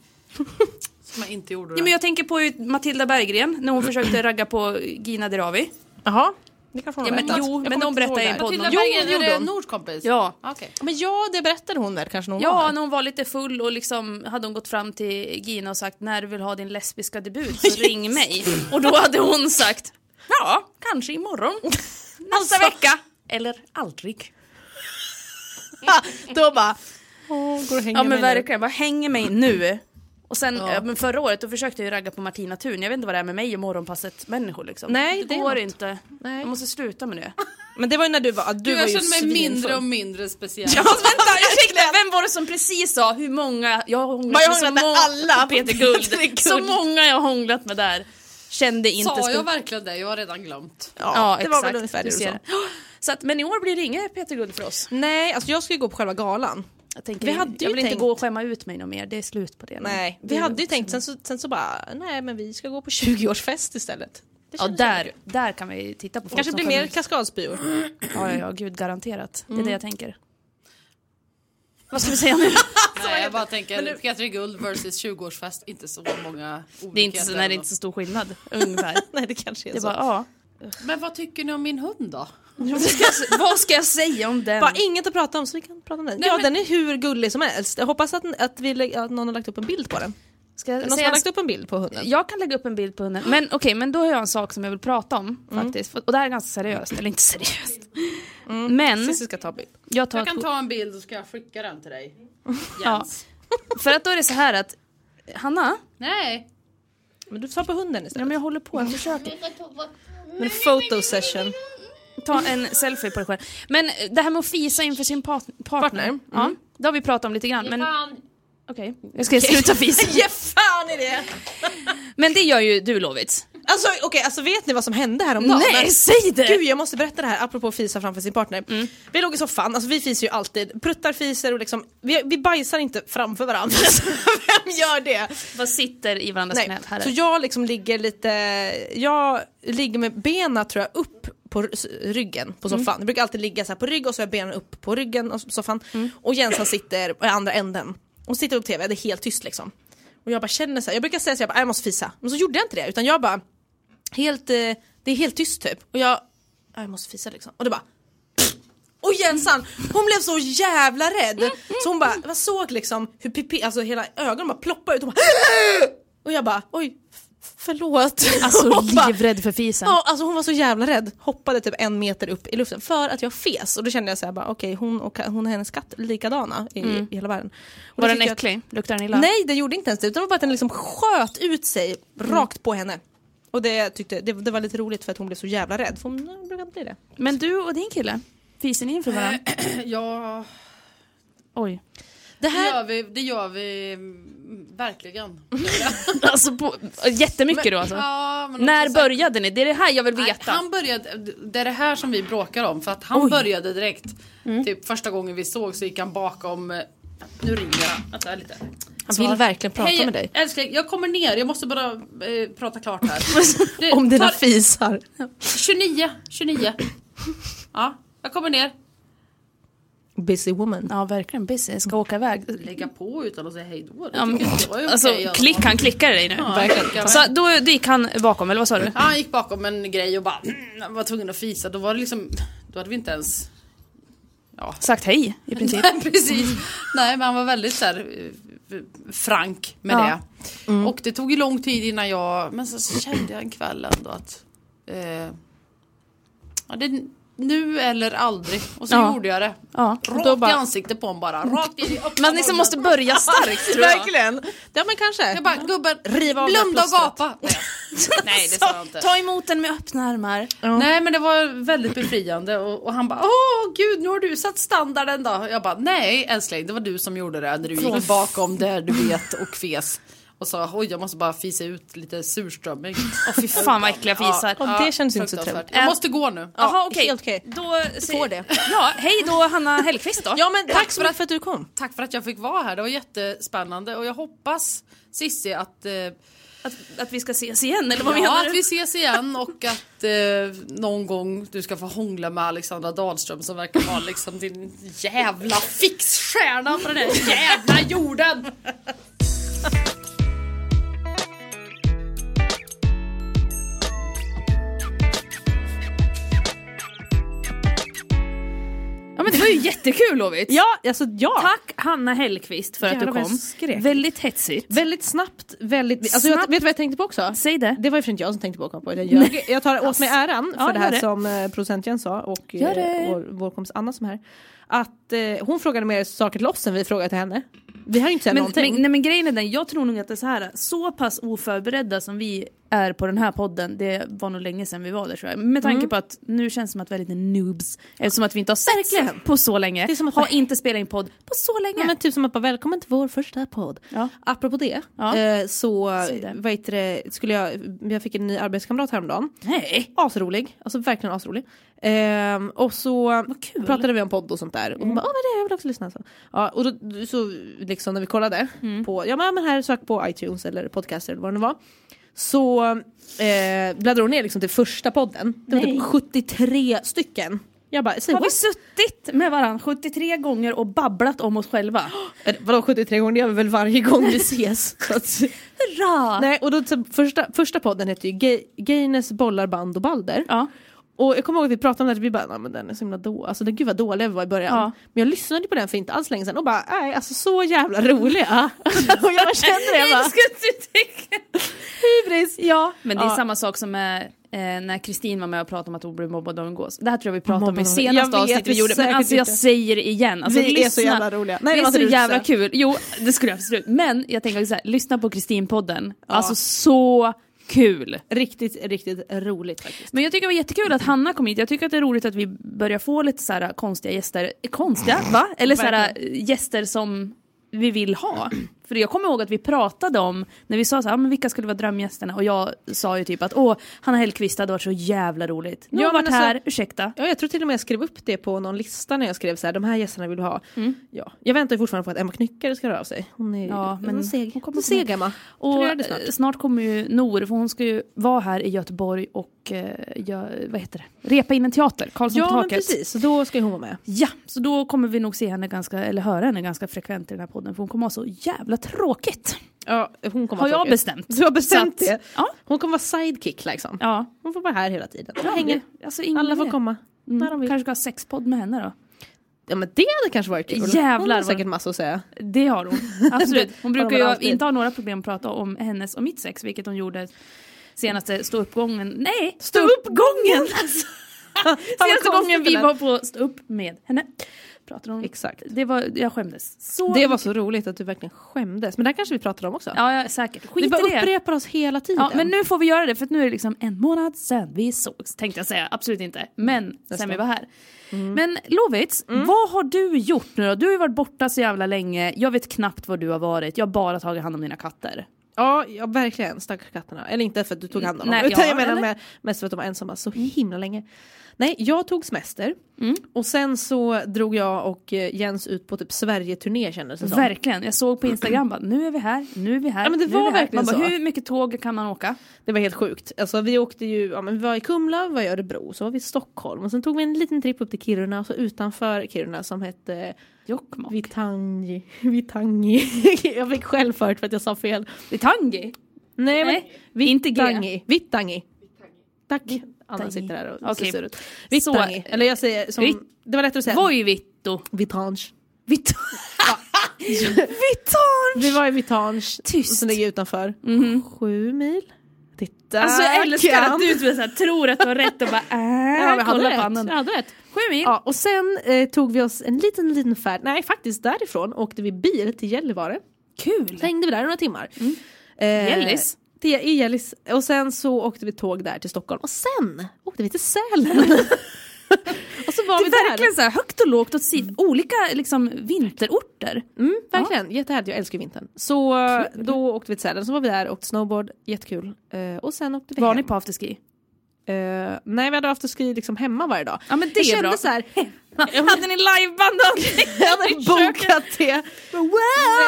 som jag inte gjorde det. Ja, men jag tänker på ju Matilda Berggren när hon försökte ragga på Gina Derawi. Jaha. Det kanske hon Ja, har men berättat. jo, Jag men kommer de inte ihåg berättar det ju här. på podden. Matilda Jo, Berggren, jo, är det jo. en nordkompis? Ja. Okej. Men ja, det berättade hon väl kanske när hon var Ja, där. när hon var lite full och liksom hade hon gått fram till Gina och sagt när du vill ha din lesbiska debut (laughs) så ring mig. Och då hade hon sagt ja, kanske imorgon. (laughs) Nästa vecka. Eller aldrig. Ah, (laughs) Då bara, åh, går och hänger Ja men med nu. verkligen, bara hänger mig nu. Och sen ja. men förra året då försökte jag ju ragga på Martina Thun. Jag vet inte vad det är med mig och morgonpasset människor liksom. Nej, det, det är går något. inte. Nej. Jag måste sluta med det. Men det var ju när du var, du Du, var jag ju känner mig svinfull. mindre och mindre speciell. Ja, Alltså, (laughs) vänta, ursäkta, vem var det som precis sa hur många jag har hånglat Vad jag med? hånglat med många- (laughs) alla på Peter Guld. Peter Guld. Så många jag har hånglat med där. Kände inte Sa jag skuld- verkligen det? Jag har redan glömt. Ja, det var väl ungefär det du sa. (gasps) Så att, men i år blir det inget Peter Guld för oss. Nej, alltså jag ska ju gå på själva galan. Jag, tänker, Vi hade ju jag vill tänkt- inte gå och skämma ut mig något mer, det är slut på det. nu. Nej, vi Mm. Det är hade ju lugnt. tänkt, sen så, sen så bara, nej men vi ska gå på 20-årsfest istället. Det Ja, kändes där, jävligt kul. där kan vi titta på folk Kanske som blir skämmer mer ut. kaskadspyor. (clears throat) Ja, ja, ja, gud garanterat. Det är det jag tänker. Vad ska vi säga (laughs) nu? Nej, jag bara tänker Peter Guld versus 20-årsfest. Inte så många olikheter. Det är inte så, nej, det är inte så stor skillnad, (laughs) ungefär. nej det kanske är Det är så. bara, (laughs) ja. Men vad tycker ni om min hund då? Vad ska jag, vad ska jag säga om den? Bara inget att prata om så vi kan prata om den. ja den är hur gullig som helst. Jag hoppas att, att, vi, lä- att någon har lagt upp en bild på den. Ska Är det jag, Någon som säga, har lagt upp en bild på hunden? jag kan lägga upp en bild på hunden. Men okej, men då har jag en sak som jag vill prata om Mm. faktiskt. Och det här är ganska seriöst, eller inte seriöst. (laughs) Men Cissi Mm. ska ta bild. jag tar Jag ett kan kort. ta en bild och ska jag skicka den till dig. Ja. (laughs) För att då är det så här att Hanna, Nej, Men du tar på hunden ja, istället. men jag håller på, jag försöker. En photo session. Ta en selfie på dig själv. Men eh, det här med att fisa inför sin pat- partner, Partner, Ja, det har vi pratat om lite grann. Men... Okej, jag ska sluta (laughs) fisa. Ge fan i det! (laughs) Men det gör ju du Lovits. Alltså okej, alltså vet ni vad som hände häromdagen? Nej, säg det! Mm. Gud jag måste berätta det här apropå att fisa framför sin partner. Vi låg i soffan, alltså vi fiser ju alltid, pruttar fiser och liksom, vi, vi bajsar inte framför varandra. (laughs) Så Vem gör det? Vad sitter i varandras knän? Här är Så det. jag liksom ligger lite, jag ligger med benen tror jag upp på r- s- ryggen på soffan. Jag brukar alltid ligga så här på rygg och så har jag benen upp på ryggen och s- soffan. Och Jensan sitter i andra änden. Hon sitter upp tv, det är helt tyst liksom. Och jag bara känner så här, jag brukar säga så här, jag, bara, jag måste fisa. Men så gjorde jag inte det utan jag bara, helt, eh, det är helt tyst typ. Och jag, "Ja, jag måste fisa liksom. Och det bara och Jensan, hon blev så jävla rädd så hon bara, jag såg liksom hur pipi, alltså hela ögonen bara ploppade ut och, bara, och jag bara oj, f- förlåt. Alltså (laughs) Hon bara, livrädd för fisen. Ja, alltså hon var så jävla rädd, hoppade typ en meter upp i luften för att jag fes och då kände jag såhär bara okej hon, och, hon och hennes katt är likadana i, i hela världen. Och Mm. Var den då tyckte jag att- äcklig? Luktar den illa? Nej det gjorde inte ens det utan det var bara att den liksom sköt ut sig rakt på henne. Och det, tyckte, det, det var lite roligt för att hon blev så jävla rädd för hon eh, brukar inte bli det. Men du och din kille, fiser ni inför (clears throat) varandra? ja, Oj. Det det här, gör vi, det gör vi mm, verkligen. Alltså på, jättemycket då alltså? Ja, men När också så här- började ni? Det är det här jag vill Nej, veta. han började, det är det här som vi bråkar om för att han började direkt. Typ första gången vi såg så gick han bakom eh, nu ringer han. Vänta lite. han vill verkligen prata Hej med dig. älskling, jag kommer ner. Jag måste bara eh, prata klart här. (laughs) Det Om dina tar- fisar. 29, 29. Ja, jag kommer ner. Busy woman. Ja verkligen busy, ska åka iväg. Lägga på utan att säga hej då. Det Ja, men, tycker jag inte var okej alltså i alla klick, fall. han klickar dig nu. klickar. verkligen. Så då, då gick han bakom, eller vad sa du? Ja, Han gick bakom en grej och bara mm, var tvungen att fisa. Då var det liksom, då hade vi inte ens... Ja, Sagt hej i princip. Nej, precis. Nej, men han var väldigt så här, eh, frank med Ja. Mm. det. Och det tog ju lång tid innan jag, men så, så kände jag en kväll ändå att eh, ja, det är nu eller aldrig. Och så Ja. gjorde jag det. Ja. Rakt Då bara- i ansiktet på honom bara. Mm. Rakt in i öppna Man liksom munnen. måste börja starkt tror jag. Verkligen. Ja men kanske. Jag bara, gubben, Riva av det här glömde att plåstret." gapa. Nej, (laughs) Nej, det sa jag inte. Ta emot den med öppna armar. Nej men det var väldigt befriande och, och han bara åh gud nu har du satt standarden då. Jag bara nej älskling det var du som gjorde det när du gick bakom där du vet och fes. Och sa oj jag måste bara fisa ut lite surströmming. Åh fy fan vad äckliga fisar. Ja. det känns inte så fruktansvärt. trevligt. Jag måste gå nu. Jaha okej, helt okej. då se- får det. Ja, hej då Hanna Hellqvist då. Ja men tack så mycket för att du kom. Tack för att jag fick vara här, det var jättespännande och jag hoppas Sissi att, eh, Att, att vi ska ses igen eller vad ja, menar att du? vi ses igen och att eh, någon gång du ska få hångla med Alexandra Dahlström som verkar vara liksom din jävla fixstjärna på den här jävla jorden. Ja men det var ju jättekul Lovit. Ja, alltså ja. Tack Hanna Hellqvist för Jävlar att vad du jag kom. skrek. Väldigt hetsigt. Väldigt snabbt, väldigt... Alltså, jag, vet Snabbt. du vad jag tänkte på också? Säg det. Det var ju för inte jag som tänkte på Kapo. Jag, ljög. jag tar åt mig äran för Alltså, Ja, det gör här det. som eh, producent Jens sa och eh, Gör det. vår, vår kompis Anna som är här. Att eh, hon frågade mer saker till oss än vi frågade till henne. Vi har ju inte sagt Men, någonting. men, nej, men grejen är den, jag tror nog att det är så här, så pass oförberedda som vi är på den här podden, det var nog länge sedan vi var där tror jag. Med tanke på att nu känns det som att vi är lite noobs, eftersom att vi inte har Verkligen. sett på så länge, Det är som att- har inte spelat in podd på så Ja, länge. men typ som att bara, välkommen till vår första podd. Ja. Apropå det, Ja. eh, så Säg det. Vad heter det, skulle jag, jag fick en ny arbetskamrat häromdagen. Nej! Asrolig, alltså verkligen asrolig. Ehm, och så kul. Mm. pratade vi om podd och sånt där. Och hon bara, åh vad är det, jag vill också lyssna. Så. Ja, och då, så liksom när vi kollade Mm. på, ja men ja, men här sök på iTunes eller podcaster eller vad det nu var. Så eh, bläddrade hon ner liksom till första podden. Det var Nej. typ 73 stycken. Jag bara, säg Har vi what? suttit med varandra 73 gånger och babblat om oss själva? Eller, Vadå 73 gånger, det gör vi väl varje gång (laughs) vi ses. Så att, (gasps) Hurra! Nej, och då, typ, första, första podden hette ju Ge- Gaines bollar, band och balder. Ja. Och jag kommer ihåg att vi pratade om det här, vi bara, nej men den är så himla då. Alltså den, gud vad dålig vi var i början. Ja. Men jag lyssnade på den för inte alls länge sedan och bara, nej alltså så (laughs) jävla roliga. och jag bara kände det, jag bara, älskar att du tänker. hybris. Ja. Men det är Ja. samma sak som med eh, när Kristin var med och pratade om att hon blev mobbad och umgås. Det här tror jag vi pratade om Mobbad i och- senaste Jag vet, avsnittet vi vi gjorde. Men säkert alltså jag gjort det. säger det igen. Alltså, Vi är så lyssna. jävla roliga. Nej, det vi var är så inte du jävla som kul. Jo, det skulle jag absolut. Men jag tänker så här, lyssna på Kristin-podden. Alltså så kul. Riktigt, riktigt roligt faktiskt. Men jag tycker det var jättekul att Hanna kom hit. Jag tycker att det är roligt att vi börjar få lite så här äh, konstiga gäster. Konstiga? Mm. Va? Eller så här äh, gäster som vi vill ha. (clears throat) För jag kommer ihåg att vi pratade om, när vi sa så här, "Ah, men vilka skulle vara drömgästerna? Och jag sa ju typ att åh, Hanna Hellquist hade varit så jävla roligt. Nu Ja, har har men varit alltså- här, ursäkta. Ja, jag tror till och med jag skrev upp det på någon lista när jag skrev så här, de här gästerna vill vi ha. Ja. Jag väntar ju fortfarande på att Emma Knyckare ska höra av sig. Hon är Mm. Ja, men- hon är seg. hon kommer Hon är seg Emma. Kan Och du göra det snart? eh, snart kommer ju Nor, för hon ska ju vara här i Göteborg och eh, gö- vad heter det? repa in en teater, Karlsson på Ja men taket. precis, så då ska ju hon vara med. Ja, så då kommer vi nog se henne ganska, eller höra henne ganska frekvent i den här podden för hon kommer ha så jävla tråkigt. Ja, hon kommer Har vara jag tråkig. bestämt. Du har bestämt Så att- det? Ja. Hon kommer vara sidekick liksom. Ja. Hon får vara här hela tiden. Ja, Hänger. det- Alltså, ingen Alla idé. får komma. När de Mm. vill. Kanske ska ha sexpodd med henne då. Ja, men det hade kanske varit kul. Hon Jävlar, har vad- säkert massor att säga. Det har hon. (laughs) Absolut. Hon brukar väl ju alltid. inte ha några problem att prata om hennes och mitt sex, vilket hon gjorde senaste ståuppgången. Nej! (laughs) Ståuppgången! (laughs) Senaste gången vi var på stå upp med henne. Pratade hon. Exakt. Det var, jag skämdes. Så Det var så roligt att du verkligen skämdes. Men det här kanske vi pratar om också. Ja, ja, säkert. Skit vi bara i det. upprepar oss hela tiden. Ja, men nu får vi göra det för att nu är det liksom en månad sedan vi sågs tänkte jag säga, absolut inte. Men sen vi var här. Mm. Men Lovits, vad har du gjort nu då? Du har ju varit borta så jävla länge, jag vet knappt var du har varit, jag har bara tagit hand om dina katter. ja, ja verkligen. Stackars katterna. Eller inte för att du tog hand om Nej, dem. Utan ja, jag menar eller? med, mest för att de var ensamma så himla länge. Nej, jag tog semester. Mm. Och sen så drog jag och eh, Jens ut på typ Sverige-turné kändes det som. Verkligen, jag (clears throat) såg på Instagram bara, nu är vi här, nu är vi här. Ja, men det nu var är vi här. verkligen man bara, så. Hur mycket tåg kan man åka? Det var helt sjukt. Alltså, vi åkte ju, ja, men vi var i Kumla, vi var i Örebro, så var vi i Stockholm och sen tog vi en liten tripp upp till Kiruna, alltså utanför Kiruna som hette Jokkmokk? Vitangi. (laughs) Vitangi. (laughs) jag fick själv förut för att jag sa fel. Vitangi? Nej, Nej, men inte G. Vitangi. Vitangi. Tack. Anna sitter här och Okej. okay. ser ut. Vitangi. Eller jag säger som, Vit- det var lättare att säga. Vojvitto? Vitange. Vitange! (laughs) Vitange! Vi var i Vitange, Tyst. Mhm. som ligger utanför. Sju mil. Titta! Alltså jag älskar Äh, kan. att du typ så här, tror att du har rätt och bara äh, (laughs) Ja, men jag hade kolla rätt. på annan. Jag hade rätt. Sju mil? Ja, och sen eh, tog vi oss en liten, liten färd. Nej, faktiskt därifrån åkte vi bil till Gällivare. Kul! Hängde vi där några timmar. Eh, Gällis? Till, I Gällis. Och sen så åkte vi tåg där till Stockholm. Och sen åkte vi till (laughs) Sälen. och så var Det vi är där. verkligen så här högt och lågt åt si- olika liksom, vinterorter. Mm, verkligen. Jättehärligt, jag älskar ju vintern. Så eh, då åkte vi till Sälen, så var vi där och åkte snowboard, jättekul. Eh, och sen åkte vi Var hem. ni på afterski? Eh, nej, vi hade afterski liksom hemma varje dag. Ja, men det jag är kände bra. så (laughs) här, Hade ni liveband (laughs) jag hade bokat det. Nej,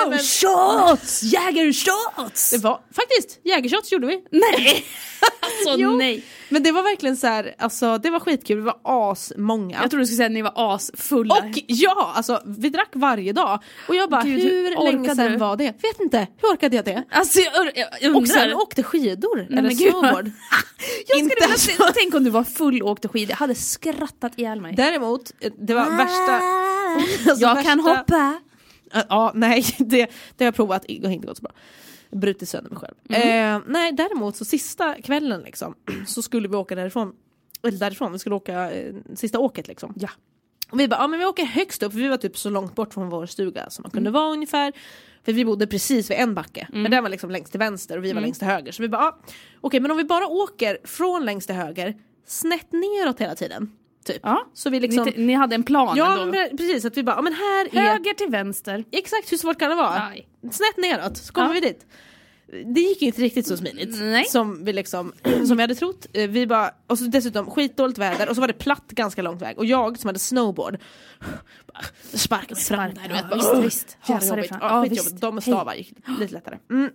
men- Shots! Jägershots! det var, faktiskt, jägershots gjorde vi. Nej! (laughs) alltså Jo. nej. Men det var verkligen så här, alltså det var skitkul, vi var asmånga. Jag trodde du skulle säga att ni var asfulla. och ja, alltså vi drack varje dag. Och jag bara, Gud, hur hur länge orkade sen du? var det? Vet inte, hur orkade jag det? Alltså jag, ur- jag undrar. Och sen åkte skidor, eller men gud. (laughs) snowboard. jag skulle inte vilja se, tänk om du var full och åkte skidor, jag hade skrattat ihjäl mig. Däremot, eh, det Ah. var värsta... alltså, jag kan värsta- hoppa. Ja, nej, (laughs) det, det har jag provat, det har inte gått så bra. Brutit sönder mig själv. Mm. Eh, nej, däremot så sista kvällen (clears throat) liksom, så skulle vi åka därifrån, eller därifrån, vi skulle åka eh, sista åket liksom. Ja. Och vi bara, ja men vi åker högst upp, för vi var typ så långt bort från vår stuga som man kunde Mm. vara ungefär. För vi bodde precis vid en backe, men den var liksom längst till vänster och vi var Mm. längst till höger. Så vi bara, ja, okej men om vi bara åker från längst till höger, snett neråt hela tiden. Typ. Ja. Så vi liksom... ni, ni hade en plan ja ändå. men pre- precis, att vi bara, ja men här är Höger till vänster. Exakt hur svårt kan det vara? Nej. Snett neråt, så kommer Ja. vi dit. Det gick inte riktigt så smidigt Nej. som vi, liksom, (clears throat) som vi hade trott. Eh, Vi bara, och så dessutom skitdåligt väder och så var det platt ganska långt väg och jag som hade snowboard (sighs) bara sparkade fram där. du vet, ja, bara, visst, "Åh, visst. jävla Hasade jobbigt." fram. Ja, Ja, skitjobbigt. visst. De med stavar gick lite lättare. Mm.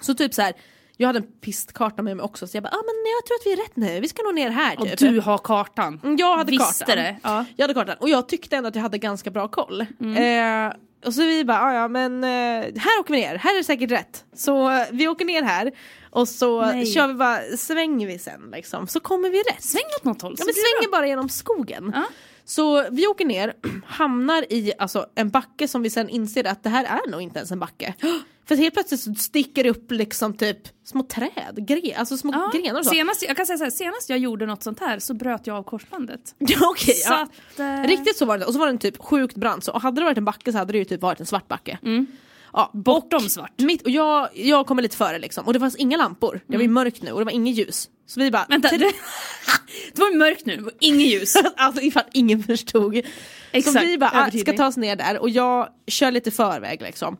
Så typ så här, jag hade en pistkarta med mig också så jag bara ah, men jag tror att vi är rätt nu, vi ska nog ner här. Och typ." du har kartan. Mm, Jag hade Visste kartan. det, ja. Jag hade kartan och jag tyckte ändå att jag hade ganska bra koll. Mm. Eh, och så vi bara, "Ja, ja men eh, här åker vi ner, här är det säkert rätt. Så eh, vi åker ner här och så Nej. kör vi bara, svänger vi sen liksom, så kommer vi rätt. Sväng åt något håll. Ja, så men blir det svänger bara genom skogen. Ja. Så vi åker ner, (clears throat) hamnar i alltså, en backe som vi sen inser att det här är nog inte ens en backe. (gasps) För helt plötsligt så sticker det upp liksom typ små träd, gre- alltså små bra. grenar och så. senast, jag kan säga så här, senast jag gjorde något sånt här så bröt jag av korsbandet. (laughs) Ja, okej, Så ja. att, eh, Riktigt så var det inte. Och så var den typ sjukt brant. Så och hade det varit en backe så hade det ju typ varit en svart backe. Mm. Ja, Bortom svart. Mitt, och jag, jag kommer lite före liksom. Och det fanns inga lampor. Det var ju mörkt nu och det var inget ljus. Så vi bara... Mm. Vänta, till- det, (laughs) det var ju mörkt nu, det var inget ljus. (laughs) alltså ifall ingen förstod. så Exakt, vi bara ah, ska övertydlig. Mm. ta oss ner där och jag kör lite förväg liksom.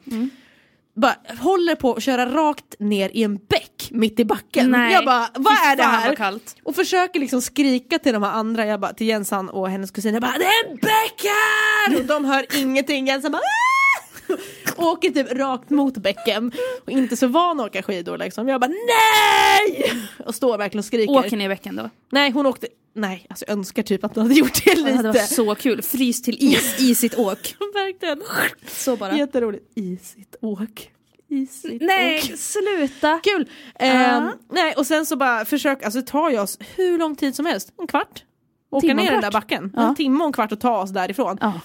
Bara håller på att köra rakt ner i en bäck mitt i backen. Nej. Jag bara vad Fy är det fan, här? vad kallt. Och försöker liksom skrika till de här andra, jag bara, till Jensan och hennes kusin. Jag bara det är en bäck här! Och de hör ingenting. Jensan bara "Ah!" och åker typ rakt mot bäcken och inte så van att åka skidor liksom. Jag bara nej! Och står verkligen och skriker. Åker ni i veckan då? Nej hon åkte, nej alltså jag önskar typ att hon hade gjort det Det lite. hade varit så kul, frys till is i sitt åk. (laughs) Verkligen. Så bara. Jätteroligt. Isigt åk. Isigt åk. Nej, sluta! Kul! Eh, nej och sen så bara försök, alltså det tar jag oss hur lång tid som helst, en kvart. Åka Timme och ner den där kvart. backen, Ja. en timme och en kvart och ta oss därifrån. Ja.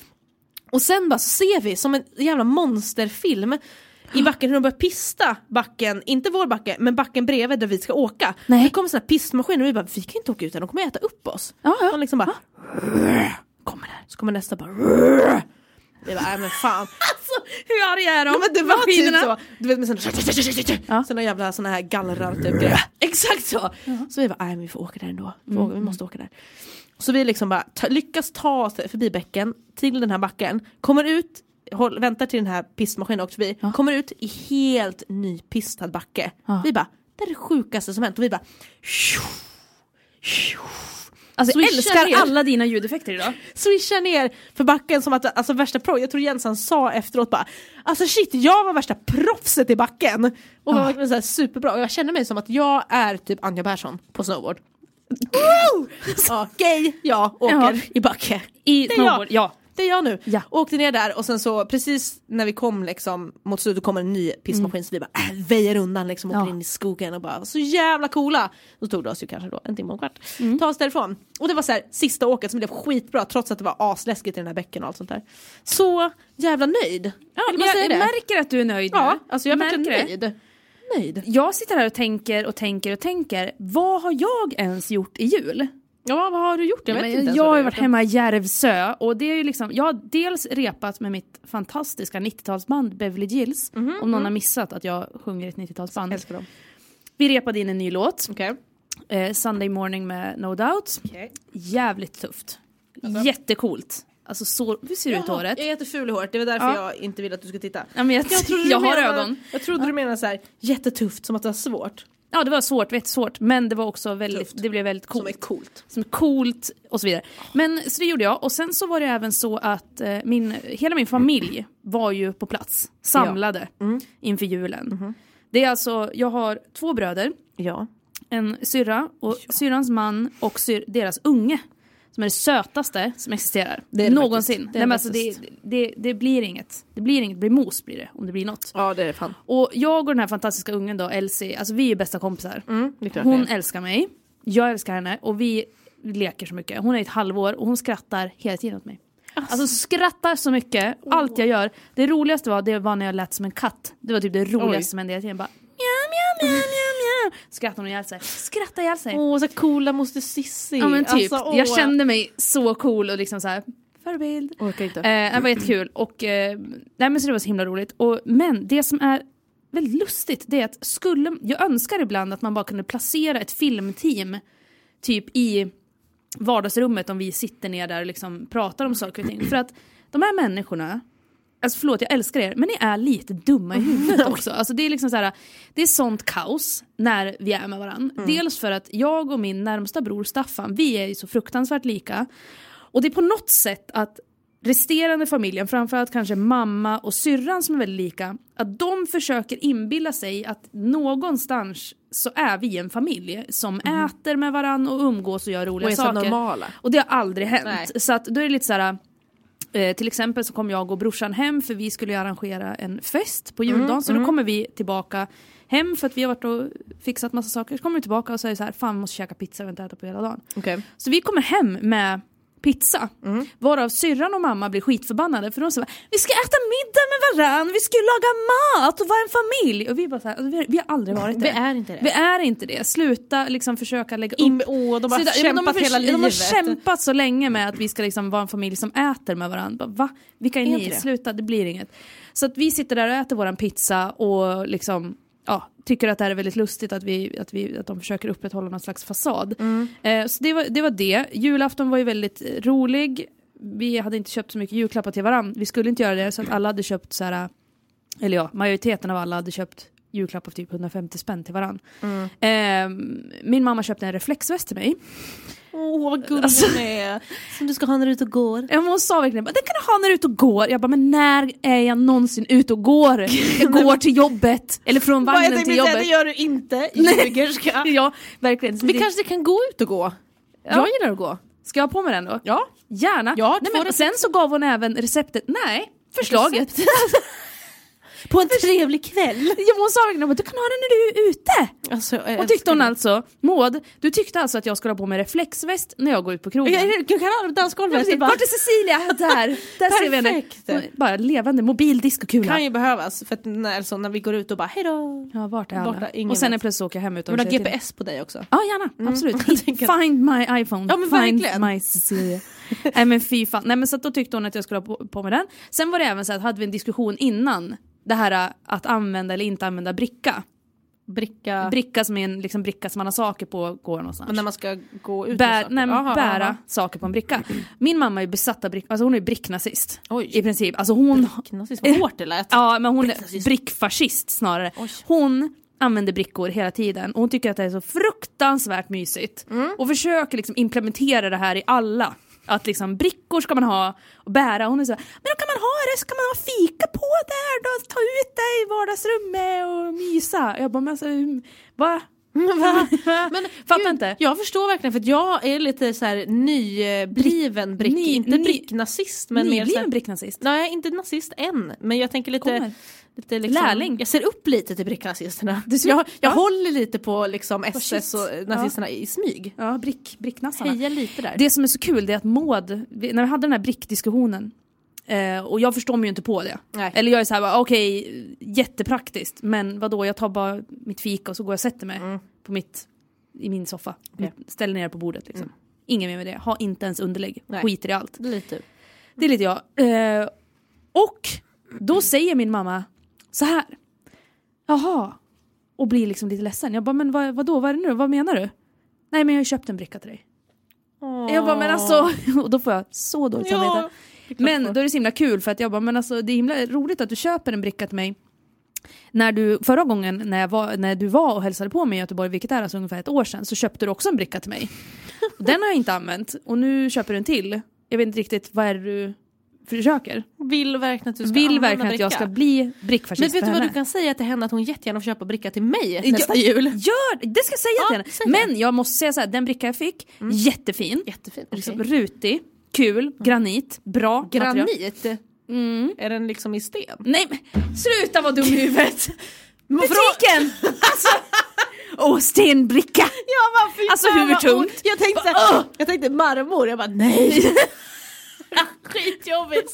Och sen bara så ser vi som en jävla monsterfilm i backen hur de börjar pista backen, inte vår backe men backen bredvid där vi ska åka. Nej. Det kommer såna här pistmaskiner och vi bara vi kan ju inte åka ut än, de kommer äta upp oss. Ja, ja. De liksom bara kommer där. Så kommer nästa bara Vi bara nej men (laughs) fan. Hur arga är de? Ja, men det var typ Maskinerna. så, du vet med såna, Ja. såna jävla såna här gallrar typ grejer. Exakt så! Så vi bara, nej men vi får åka där ändå, vi, får, åka- vi måste åka där. Så vi liksom bara ta, lyckas ta oss förbi bäcken till den här backen, kommer ut, håll, väntar till den här pistmaskinen åkt förbi, kommer ut i helt nypistad backe. Vi bara, det är det sjukaste som hänt och vi bara tjo, tjo, Alltså jag Swisha ner. älskar alla dina ljudeffekter idag. swishar ner för backen som att, alltså värsta pro, jag tror Jensan sa efteråt bara Alltså shit, jag var värsta proffset i backen! Och var verkligen så här superbra, och jag känner mig som att jag är typ Anja Persson på snowboard. Woo! (laughs) ja, gay, jag åker Ja. i backe. I Det är snowboard, jag. ja. Det är jag nu. Ja. Åkte ner där och sen så precis när vi kom liksom mot slutet kom en ny pistmaskin så vi bara äh, väjer undan liksom åker Ja. in i skogen och bara så jävla coola. Då tog det oss ju kanske då en timme och en kvart. Ta oss därifrån. Och det var så här sista åket som blev skitbra trots att det var asläskigt i den här bäcken och allt sånt där. Så jävla nöjd. ja Eller men vad jag säger det? märker att du är nöjd Ja, nu. alltså jag är verkligen Märker det. nöjd. Nöjd. Jag sitter här och tänker och tänker och tänker, vad har jag ens gjort i jul? Ja vad har du gjort? Jag vet Men inte ens jag vad har du ju varit gjort. hemma i Järvsö och det är ju liksom, jag har dels repat med mitt fantastiska 90-talsband Beverly Gills, om någon har missat att jag sjunger ett 90-talsband. Mhm, Älskar dem. Vi repade in en ny låt, Okej. eh, Sunday Morning med No Doubt. Jävligt tufft. Jättecoolt. Alltså så, hur ser det ut i Jaha, håret? Jag är jätteful i håret, det var därför Ja. jag inte ville att du skulle titta. Ja, men jag, Jag, trodde du jag har menade- ögon. Jag trodde du menade så här jättetufft, som att det var svårt. Ja det var svårt, vet svårt, men det var också väldigt, Tufft. det blev väldigt coolt. Som är coolt. som är coolt och så vidare. Men så det gjorde jag och sen så var det även så att eh, min, hela min familj var ju på plats, samlade Mm. inför julen. Mm-hmm. Det är alltså, jag har två bröder, Ja. en syrra och syrrans man och syr, deras unge. Som är det sötaste som existerar. Det är det Någonsin. faktiskt. Det Det, är Nej, men alltså det, faktiskt. det, det blir inget. Det blir inget, det blir mos blir det om det blir något. Ja det är fan. Och jag och den här fantastiska ungen då, Elsie, alltså vi är bästa kompisar. det är klart Hon det är. älskar mig, jag älskar henne och vi leker så mycket. Hon är ett halvår och hon skrattar hela tiden åt mig. Alltså skrattar så mycket, allt jag gör. Det roligaste var, det var när jag lät som en katt. Det var typ det roligaste Oj. som hände hela tiden. Bara, mjau, mjau, mjau, mjau, mjau. Skrattar hon ihjäl sig. Skrattar ihjäl sig. Åh så coola moster Cissi. ja men typ, Alltså, åh. jag kände mig så cool och liksom så här. förebild. Orkar inte. Eh, det var jättekul. Och, eh, nej, men så det var så himla roligt. Och, men det som är väldigt lustigt det är att skulle, jag önskar ibland att man bara kunde placera ett filmteam typ i vardagsrummet om vi sitter ner där och liksom pratar om saker och ting. För att de här människorna, alltså förlåt jag älskar er, men ni är lite dumma (laughs) i huvudet också. Alltså det är liksom så här, det är sånt kaos när vi är med varandra. Mm. Dels för att jag och min närmsta bror Staffan, vi är ju så fruktansvärt lika. Och det är på något sätt att resterande familjen, framförallt kanske mamma och syrran som är väldigt lika, att de försöker inbilla sig att någonstans så är vi en familj som äter med varann och umgås och gör roliga Mm. Och är så saker. normala. Och det har aldrig hänt. Nej. Så att då är det lite så här. Eh, till exempel så kom jag och brorsan hem för vi skulle ju arrangera en fest Mm, på juldagen så då kommer vi tillbaka hem för att vi har varit och fixat massa saker. Så kommer vi tillbaka och säger så här, fan vi måste käka pizza, vi har inte ätit på hela dagen. Okej. Så vi kommer hem med pizza. Mm. Varav syrran och mamma blir skitförbannade för de säger vi ska äta middag med varann, vi ska ju laga mat och vara en familj. Och vi bara så här, alltså, vi, har, vi har aldrig varit det. Vi är inte det. Vi är inte det. Sluta liksom försöka lägga upp In, åh, de har Sluta, ja, men kämpat de har hela förs- livet. De har kämpat så länge med att vi ska liksom vara en familj som äter med varandra. Bara, Va? Vilka är, Är ni? inte det? Sluta, det blir inget. Så att vi sitter där och äter våran pizza och liksom, ja, tycker att det här är väldigt lustigt att, vi, att, vi, att de försöker upprätthålla någon slags fasad. Mm. Eh, så det var, det var det. Julafton var ju väldigt eh, rolig. Vi hade inte köpt så mycket julklappar till varandra. Vi skulle inte göra det så att alla hade köpt så här eller ja, majoriteten av alla hade köpt julklappar för typ 150 spänn till varann. Mm. Ehm, min mamma köpte en reflexväst till mig. Åh vad gullig hon är. Som du ska ha när du är ute och går. Ja, men Hon sa verkligen bara, den kan du ha när du är ute och går. Jag bara, men när är jag någonsin ute och går? Jag går till jobbet, eller från Vad jag vagnen tänkte till säga, det jobbet. gör du (laughs) inte. Ljugerska. Ja, verkligen. Så Vi det- kanske kan gå ut och gå? Jag gillar att gå. Ska jag ha på mig den då? Ja. Gärna. Ja, Nej, två men, recept. sen så gav hon även receptet, nej, förslaget. På en trevlig kväll. (laughs) Ja, men hon sa verkligen, du kan ha den när du är ute. Alltså, jag Och tyckte hon alltså, Maud, du tyckte alltså att jag skulle ha på mig reflexväst när jag går ut på krogen. Jag, jag, jag kan ha det på dansgolvet. Precis, Det bara- Vart är Cecilia? (laughs) Där, där ser vi henne. Perfekt. Bara levande mobil diskokula. kan ju behövas för att när, så, när vi går ut och bara hejdå. Ja, vart är alla? Borta, ingen och sen är vet. plötsligt åker jag hem utan Vill du att ha säga GPS på dig också? till. Ja, gärna. Absolut. Mm. (laughs) tänker att- Find my iPhone. Ja, men Find verkligen. my Cecilia. Nej men fy fan. Nej men så att då tyckte hon att jag skulle ha på, på mig den. Sen var det även så att hade vi en diskussion innan det här äh, att använda eller inte använda bricka. Bricka. Bricka som är en liksom, bricka som man har saker på går någonstans. Men när man ska gå ut Bär, och nej, men Aha, bära aha. saker på en bricka. Min mamma är besatt av bricka, alltså hon är bricknazist. Oj. I princip. Alltså hon, Knasigt vad hårt det lät. ja, men hon är brickfascist snarare. Hon använder brickor hela tiden och hon tycker att det är så fruktansvärt mysigt. Och försöker liksom implementera det här i alla. Att liksom brickor ska man ha och bära. Hon är så här, men då kan man ha det så kan man ha fika på där då, ta ut det i vardagsrummet och mysa. Jag bara, men alltså, hur- va? (laughs) va? (laughs) Men Fattar gud, inte. Jag förstår verkligen för att jag är lite så här nybliven brick, Ny- inte ny- bricknazist men mer Nybliven så här, bricknazist. Nej inte nazist än men jag tänker lite, Kommer. lite liksom, Lärling. Jag ser upp lite till bricknazisterna. Du ser- Jag, jag ja. håller lite på liksom shit. SS och nazisterna i smyg. Ja, brick, bricknassarna. Heja lite där. Det som är så kul det är att Maud, vi- när vi hade den här brickdiskussionen, eh, och jag förstår mig ju inte på det. Nej. Eller jag är såhär, bara, okej, jättepraktiskt, men vadå, jag tar bara mitt fika och så går jag och sätter mig Mm. på mitt, i min soffa. Mitt, ställer ner det på bordet liksom. Ingen mer med det, ha inte ens underlägg, Mm. Nej. skiter i allt. lite. Det är lite jag. Eh, och då säger min mamma så här. Jaha. Och blir liksom lite ledsen. Jag bara, men vad, vadå, vad är det nu? Vad menar du? Nej men jag har ju köpt en bricka till dig. Jag bara, men alltså. (laughs) Och då får jag så dåligt samvete. Men då är det så himla kul för att jag bara, men alltså det är himla roligt att du köper en bricka till mig. När du, förra gången när, jag var, när du var och hälsade på mig i Göteborg, vilket är alltså ungefär ett år sedan, så köpte du också en bricka till (laughs) mig. Och Den har jag inte använt och nu köper du en till. Jag vet inte riktigt, vad är det du försöker? Vill verkligen att du ska Vill använda verkligen att jag bricka. ska bli brickfascist Men vet för du vad henne. du kan säga till henne att hon jättegärna får köpa bricka till mig Ja, nästa jul? Gör det! Det Mm. ska jag säga Ja, till henne. säg det. Men jag måste säga så här, den bricka jag fick, jättefin. Jättefin. Liksom, rutig, kul, granit, bra. material. Mm. Granit? Är den liksom i sten? Nej men sluta vara dum i huvudet! (laughs) Butiken! Alltså! (laughs) Åh, stenbricka! Ja, men fy Alltså, fan, hur vad tungt? (laughs) ont. Jag tänkte, såhär, jag tänkte marmor, jag bara nej. Skitjobbigt!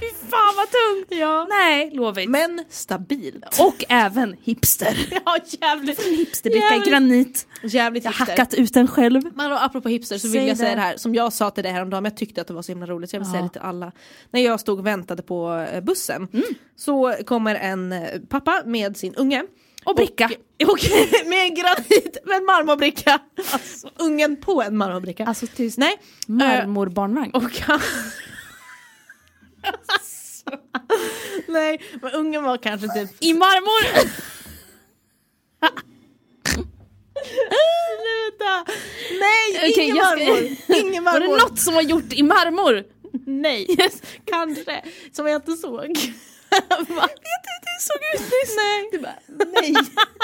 Fy fan vad tungt! Ja. Nej, lovigt. Men stabilt. Och även hipster. (laughs) Ja, jävligt. En hipsterbicka i Jävligt. granit. Jävligt Jag har hipster. hackat ut den själv. Men då, apropå hipster så vill Säg jag säga det. det här som jag sa till dig häromdagen men jag tyckte att det var så himla roligt så jag vill säga det till alla. När jag stod och väntade på eh, bussen Mm. så kommer en eh, pappa med sin unge. Och bricka. Och, (laughs) och med en granit med en marmorbricka. Ungen på en marmorbricka. Alltså tyst. Nej. eh, Marmorbarnvagn. och han... Alltså. Nej, men ungen var kanske typ (laughs) I marmor! Sluta! Nej, Okej, ingen jag ska- marmor! Ingen Var det marmor! något som var gjort i marmor? Nej, (laughs) kanske. Som jag inte såg. (laughs) Vet du hur du såg ut nyss? Nej. Du bara, nej.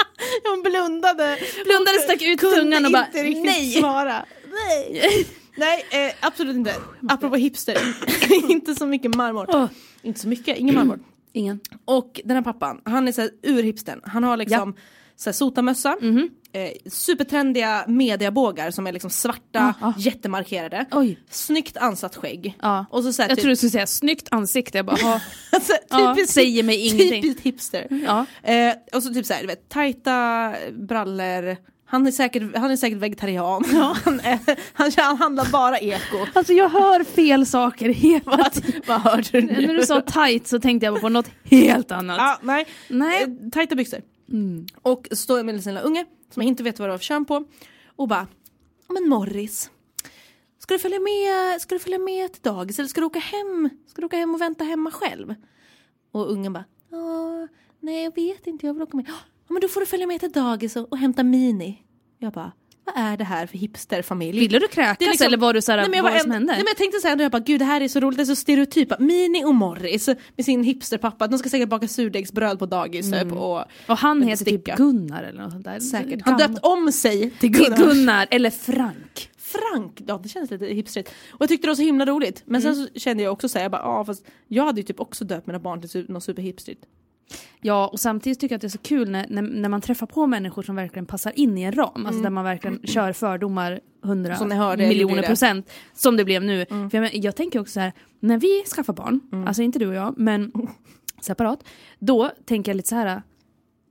(laughs) Hon blundade. Blundade, stack ut tungan och bara inte riktigt nej. svara. Nej, nej eh, absolut inte. Apropå hipster, (laughs) inte så mycket marmor. Åh. Inte så mycket, ingen marmor. Ingen. Oh. (clears throat) Och den här pappan, han är såhär urhipstern. Han har liksom så här sotamössa, eh, supertrendiga mediabågar som är liksom svarta, Ah, ah. jättemarkerade. Oj. Snyggt ansatt skägg. Ja. Och så såhär Jag typ, tror du skulle säga snyggt ansikte. Jag bara, ja. alltså, Ja, typiskt, säger mig ingenting. Typiskt hipster. ja. Eh, och så typ såhär, du vet, tajta brallor. Han är säkert, han är säkert vegetarian. (laughs) Han, är, han, han handlar bara (laughs) eko. Alltså jag hör fel saker hela tiden. Vad hörde du (laughs) nu? När du sa tight så tänkte jag på något helt annat. Ja, nej. Nej. Eh, Tajta byxor. Och står med sin lilla unge som jag inte vet vad det var för kön på och bara Men Morris. Ska du följa med, ska du följa med till dagis eller ska du åka hem? Ska du åka hem och vänta hemma själv? Och ungen bara "Ja, Nej jag vet inte, jag vill åka med. Ja, men då får du följa med till dagis och, och hämta Mini. Jag bara Vad är det här för hipsterfamilj? Ville du kräkas Det är liksom- eller var du såhär, Nej, men jag vad var var det som en- hände? Nej, men jag tänkte såhär, jag bara gud det här är så roligt, det är så stereotypa. Mini och Morris med sin hipsterpappa, de ska säkert baka surdegsbröd på dagis typ. Och och han Men heter sticka. typ Gunnar eller något sånt där. säkert. Han Han döpt om sig till Gunnar. Mm. Gunnar. Gunnar eller Frank. Frank, ja det känns lite hipstrigt. Och jag tyckte det var så himla roligt. Men Mm. sen så kände jag också såhär, jag bara ja fast jag hade ju typ också döpt mina barn till su- något superhipstrigt. Ja, och samtidigt tycker jag att det är så kul när, när, när man träffar på människor som verkligen passar in i en ram, alltså där man verkligen kör fördomar hundra Mm. Som ni hörde, jag gjorde miljoner det. Mm. procent, som det blev nu. För jag, men- jag tänker också så här, när vi skaffar barn, alltså inte du och jag, (laughs) men separat, då tänker jag lite så här,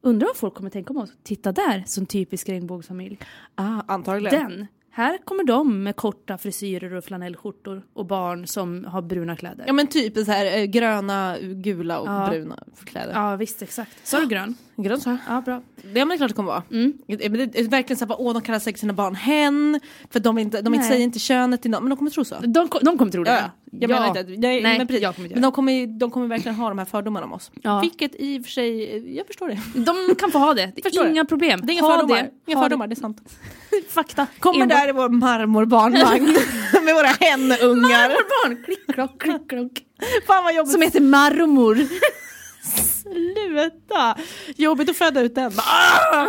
undrar vad folk kommer tänka om oss? Titta där, som typisk regnbågsfamilj. Ah, antagligen. Den, här kommer de med korta frisyrer och flanellskjortor och barn som har bruna kläder. Ja men typ så här eh, gröna, gula och bruna kläder. Ja visst, exakt. Så är du grön? Grönt sa jag. Ja, Mm. bra. Det är men det är klart det kommer vara. Men det det är verkligen såhär, åh de kallar säkert sina barn hen, för de, vill inte, de inte Nej. säger inte könet till någon, men de kommer tro så. De, ko- de kommer tro det. Ja, jag menar inte att, nej, Nej, men precis. jag kommer inte men göra de kommer, ju- de kommer verkligen ha de här fördomarna om oss. Ja. Vilket i och för sig, eh, jag förstår det. De kan få ha det, det Förstår är det. inga problem. Det är inga ha fördomar, Det. inga Ha fördomar, det är sant. det. Fakta. Kommer Enbart- där i vår (laughs) marmorbarnvagn med våra hennungar. (laughs) Marmorbarn! Klick, klock, klick, klock. Fan vad jobbigt. Som heter marmor. Sluta! Jobbigt att föda ut den. Ah!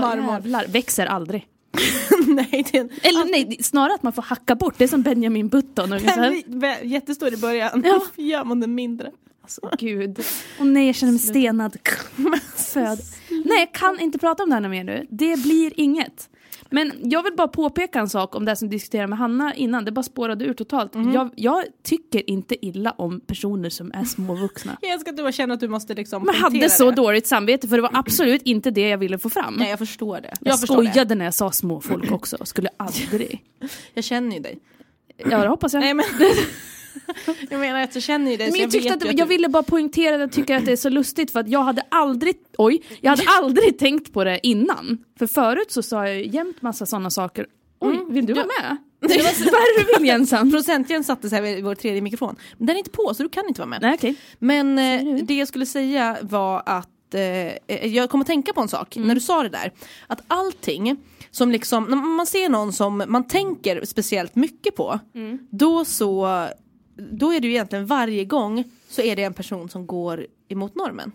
Marmor. Jävlar, växer aldrig. (laughs) nej, det är en Eller nej, det- snarare att man får hacka bort. Det är som Benjamin Button. Och så den här. är jättestor i början, (laughs) Ja. gör man den mindre. Alltså, gud. (laughs) Och nej, jag känner mig stenad. (laughs) Föd. Nej, jag kan inte prata om det här något mer nu. Det blir inget. Men jag vill bara påpeka en sak om det här som vi diskuterade med Hanna innan. Det bara spårade ur totalt. Jag, jag tycker inte illa om personer som är (laughs) småvuxna. Jag älskar att du känner att du måste liksom Man hade punktera så det. dåligt samvete för det var absolut inte det jag ville få fram. Nej jag förstår det. jag förstår skojade när jag sa småfolk också, skulle aldrig. Det. Jag känner ju dig. Ja det hoppas jag. (laughs) Nej, men... (laughs) jag menar att jag känner ju dig så Men jag, tyckte vet typ- att, ju jag ville bara poängtera att jag tycker att det är så lustigt för att jag hade aldrig, oj, jag (laughs) hade aldrig tänkt på det innan. För förut så sa jag ju jämt massa sådana saker. Oj, Mm. vill du vara (laughs) med? Det var så- (laughs) Vad är det du vill Jensan? Producentjen satte sig här vid vår tredje mikrofon. Men den är inte på så du kan inte vara med. Nej okej. Men eh, det jag skulle säga var att eh, eh, jag kom att tänka på en sak när du sa det där. Att allting som liksom, när man ser någon som man tänker speciellt mycket på. Då så, då är det ju egentligen varje gång så är det en person som går emot normen.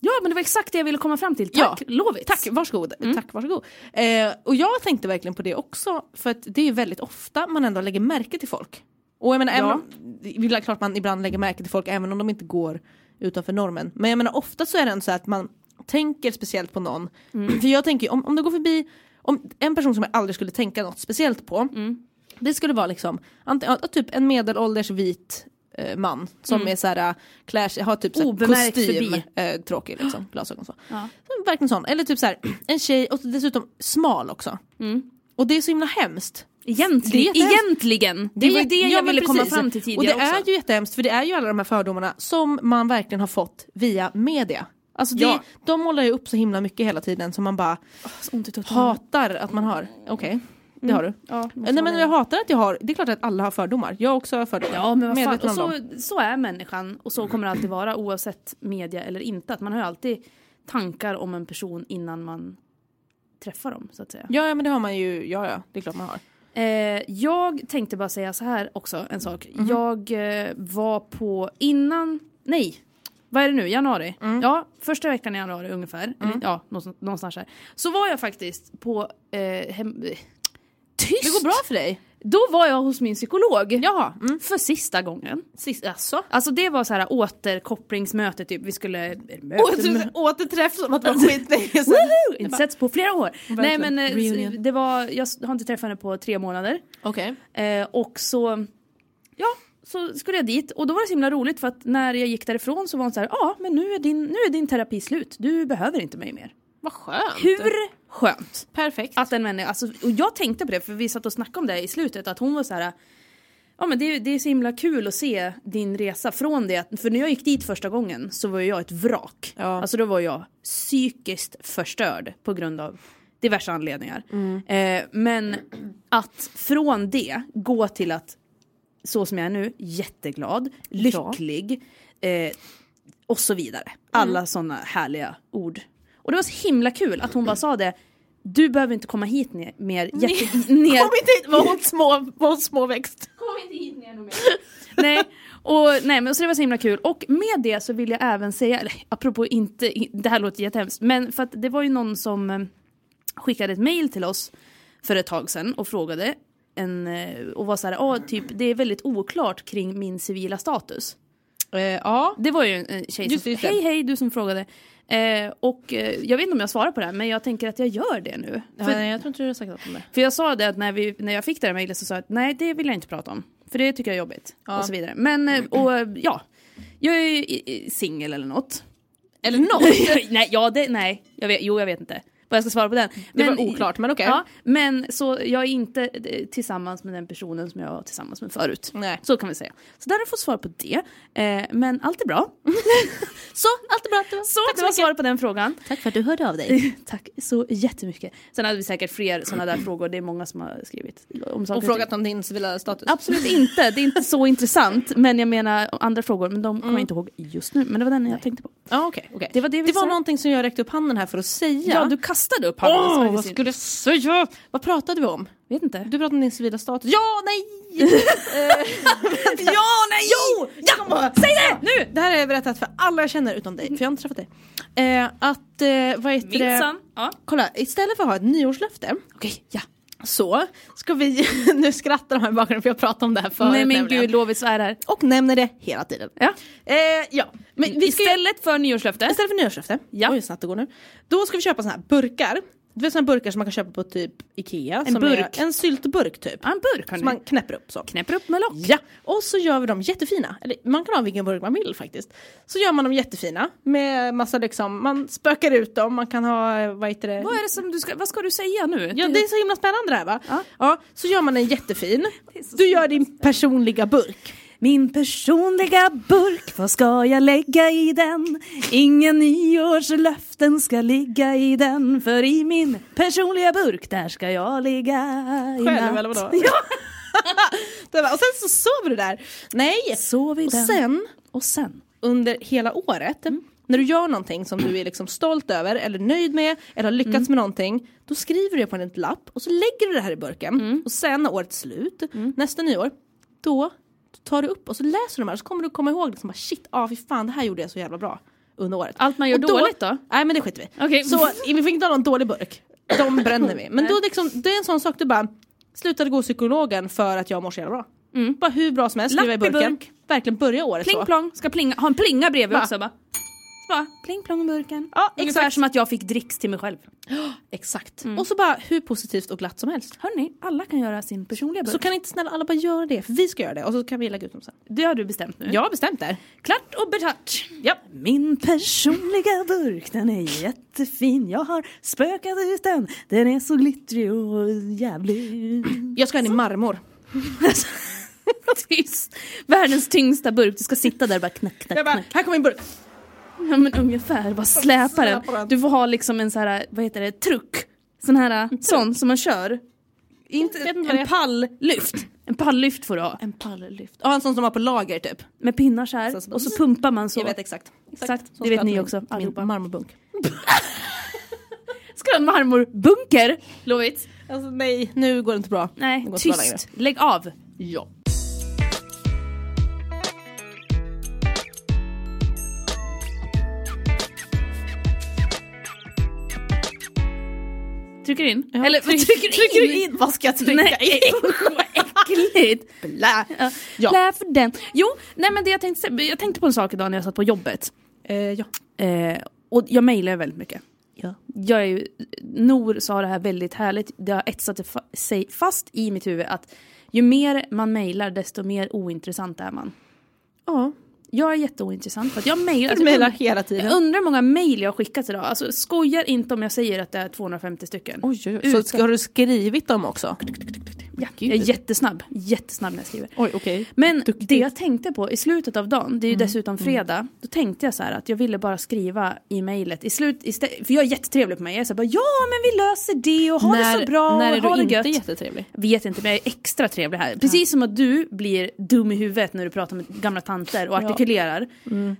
Ja men det var exakt det jag ville komma fram till. Tack, Mm. Ja. Lovits. Tack, varsågod. Tack, varsågod. Eh, och jag tänkte verkligen på det också, för att det är väldigt ofta man ändå lägger märke till folk. Och jag menar, även om, det är väl klart man ibland lägger märke till folk även om de inte går utanför normen. Men jag menar ofta så är det ändå så här att man tänker speciellt på någon. Mm. För jag tänker ju, om, om du går förbi, om en person som jag aldrig skulle tänka något speciellt på Det skulle vara liksom, ante- ja, typ en medelålders vit eh, man som är så här, äh, klär sig, har typ så här Mm. Obemärkt kostym, förbi. eh, tråkig liksom, glasögon så. Så Verkligen sån, eller typ så här, en tjej och dessutom smal också. Mm. Och det är så himla hemskt. Egentligen. Det är jättehemskt. Egentligen. Det var ju det Ja, jag men ville komma precis. fram till tidigare Och det också. är ju jättehemskt för det är ju alla de här fördomarna som man verkligen har fått via media. Alltså det, Ja. de målar ju upp så himla mycket hela tiden som man bara ont i tuttarna. hatar att man har. Okej, Mm. det har du. Ja, Nej men jag hatar att jag har, det är klart att alla har fördomar. Jag också har fördomar. (laughs) Ja men vad fan. Medveten Och om dem. så, så är människan och så kommer det alltid vara oavsett media eller inte. Att man har ju alltid tankar om en person innan man träffar dem så att säga. Ja, ja men det har man ju, ja ja det är klart man (laughs) har. Eh, jag tänkte bara säga så här också, en sak. Jag eh, var på innan, nej, vad är det nu, januari? Ja, första veckan i januari ungefär. Eller, ja, någonstans, någonstans här. Så var jag faktiskt på... Eh, hem, eh, tyst! Det går bra för dig. Då var jag hos min psykolog. Jaha. Mm. För sista gången. Sist, alltså. Alltså det var så här återkopplingsmöte typ, vi skulle... eller Möte, mö- återträff som att det var skitlänge sedan. Woho! Inte setts på flera år. Nej Verkligen. men eh, Reunion. det var, jag har inte träffat henne på tre månader. (laughs) Okej. Eh, och så, ja, så skulle jag dit och då var det så himla roligt för att när jag gick därifrån så var hon så här, ja men nu är, din, nu är din terapi slut, du behöver inte mig mer. Vad skönt. Hur skönt Perfekt. att en människa, alltså, och jag tänkte på det för vi satt och snackade om det i slutet att hon var så här, ja men det, är- det är så himla kul att se din resa från det, att- för när jag gick dit första gången så var ju jag ett vrak. Ja. Alltså då var jag psykiskt förstörd på grund av diverse anledningar. Eh, men att från det gå till att så som jag är nu, jätteglad, lycklig eh, och så vidare. Alla sådana härliga ord. Och det var så himla kul att hon bara sa det, du behöver inte komma hit ner, mer, (laughs) jätte, ner Kom inte hit, var hon små, var hon småväxt? Kom inte hit ner mer. (laughs) nej, och, nej men så det var så himla kul. Och med det så vill jag även säga, eller apropå inte, det här låter jättehemskt, men för att det var ju någon som eh, skickade ett mail till oss för ett tag sedan och frågade en, eh, och var så här, ah, typ det är väldigt oklart kring min civila status. Eh, ja. Det var ju en- en tjej Just det, som, just det. hej hej du som frågade. Eh, och eh, jag vet inte om jag svarar på det här men jag tänker att jag gör det nu. För- nej, jag tror inte du har sagt något om det. för jag sa det att när, vi, när jag fick det här mejlet så sa jag att nej det vill jag inte prata om. För det tycker jag är jobbigt. Och så vidare. Men Mm. eh, och, ja, jag är ju i- i- singel eller (laughs) något. Eller något. nej, ja, det, nej. Jag vet, jo jag vet inte vad jag ska svara på den. Det var oklart, men okej. Ja, men så jag är inte eh, tillsammans med den personen som jag var tillsammans med förut. Nej. Så kan vi säga. Så där har du fått svar på det. Eh, men allt är bra. Så, allt är bra. Det var- Så, Tack det var så mycket. svaret på den frågan. Tack för att du hörde av dig. (laughs) Tack så jättemycket. Sen hade vi säkert fler sådana där frågor. Det är många som har skrivit om saker Och frågat om din civila status. Absolut inte, det är inte (laughs) så intressant. Men jag menar andra frågor, men de Mm. kommer jag inte ihåg just nu. Men det var den jag tänkte på. Ja, okej. okej. Det var det vi det var sa. någonting som jag räckte upp handen här för att säga. Ja, du kastade upp handen. så Åh, var det vad synd. skulle jag säga? Vad pratade vi om? Vet inte. Du pratade om din civila status. Ja, nej! ja, nej! Jo! Ja! Säg det! Nu! Det här har jag berättat för alla jag känner utom dig, för jag har inte träffat dig. Eh, att, eh, vad heter det? Minsann. Ja. Kolla, istället för att ha ett nyårslöfte Okej, ja. så ska vi, (laughs) nu skrattar de här i bakgrunden för jag pratade om det här förut Nej men nämligen. gud, Lovis, vad är det här? Och nämner det hela tiden. Ja. Eh, ja. Men vi ska ju- Istället för nyårslöfte. Istället för nyårslöfte, Ja. oj vad snabbt det går nu. Då ska vi köpa såna här burkar. Du vet såna här burkar som man kan köpa på typ Ikea. En som burk. Ah, Är en syltburk typ. Ja, en burk hörni. Som man knäpper upp så. knäpper upp med lock. Ja, och så gör vi dem jättefina. Eller man kan ha vilken burk man vill faktiskt. Så gör man dem jättefina med massa liksom, man spökar ut dem, man kan ha, eh, vad heter det? Vad är det som du ska, vad ska du säga nu? Ja det är så himla spännande det här va? Ja. så gör man en jättefin. Du gör din personliga burk. Min personliga burk, vad ska jag lägga i den? Inga nyårslöften ska ligga i den För i min personliga burk, där ska jag ligga i Själv natt. eller (laughs) vadå? (laughs) Ja. Det var- och sen så sover du där. Nej! Sov i Och den. sen Och sen? under hela året, Mm. när du gör någonting som du är liksom stolt över eller nöjd med eller har lyckats Mm. med någonting, då skriver du det på en lapp och så lägger du det här i burken Mm. och sen när året är slut, nästa nyår, då tar du upp och så läser du de här och så kommer du komma ihåg det som bara shit, ah, fy fan det här gjorde jag så jävla bra under året. Allt man gör Och dåligt då? Nej men det skiter vi i. Okej. Så vi får inte ha någon dålig burk. De bränner vi. Men då liksom, det är en sån sak du bara slutade gå psykologen för att jag mår så jävla bra. Bara hur bra som helst, skriva i Mm. Lapp i burken. burk. Verkligen börja året Pling så. plong, ska plinga, ha en plinga bredvid Va? också bara. Bara pling plong i burken. Ja, Ungefär exakt. som att jag fick dricks till mig själv. Exakt. Och så bara hur positivt och glatt som helst. Hörni, alla kan göra sin personliga burk. Så kan inte snälla alla bara göra det, för vi ska göra det och så kan vi lägga ut dem sen. Det har du bestämt nu. Jag har bestämt det. Klart och betart. Ja. Min personliga burk, den är jättefin. Jag har spökat ut den. Den är så glittrig och jävlig. Jag ska ha den i marmor. (laughs) Tyst. Världens tyngsta burk. Du ska sitta där och bara knack, knack, Jag bara, knack. här kommer min burk. Ja men ungefär, bara släpa den. Släpa den. Du får ha liksom en sån här, vad heter det, truck. Sån här, sån som man kör. Inte vet inte vad det en är. palllyft. En palllyft får du ha. En palllyft. Ja, en sån som var på lager typ. Med pinnar så här Så- och så pumpar man så. Jag vet exakt. Exakt, Så det vet ska ni min- också allihopa. Min marmorbunk. Ska du ha en marmorbunker? Lovit? Alltså nej, nu går det inte bra. Nej, Det går inte bra längre. tyst. Lägg av. Ja. Trycker in. Eller tryck- trycker, trycker in. du in? Vad ska jag trycka Nej, (laughs) vad äckligt. in? Blä. Ja. Ja. Lä för den. Jo, nej men det jag tänkte säga- jag tänkte på en sak idag när jag satt på jobbet. Eh, ja. Eh, och jag mejlar ju väldigt mycket. Ja. Jag är ju, Nor sa det här väldigt härligt, det har etsat fa- sig fast i mitt huvud att ju mer man mejlar desto mer ointressant är man. ja. Jag är jätteointressant för att jag mejlar. Du mejlar jag, hela tiden. jag undrar hur många mejl jag har skickat idag. Alltså skojar inte om jag säger att det är 250 stycken. Oj, oj, oj. Så ska, har du skrivit dem också? ja, jag är jättesnabb, jättesnabb när jag skriver. Oj, okej. Men Duktigt. Mm, det jag tänkte på i slutet av dagen, det är ju dessutom fredag, då tänkte jag så här att jag ville bara skriva i mejlet i slut, istä- för jag är jättetrevlig på mig, jag är så här bara ja men vi löser det och ha det så bra när och är ha du det inte gött. jättetrevlig? Vet inte men jag är extra trevlig här. Precis som att du blir dum i huvudet när du pratar med gamla tanter och artikulerar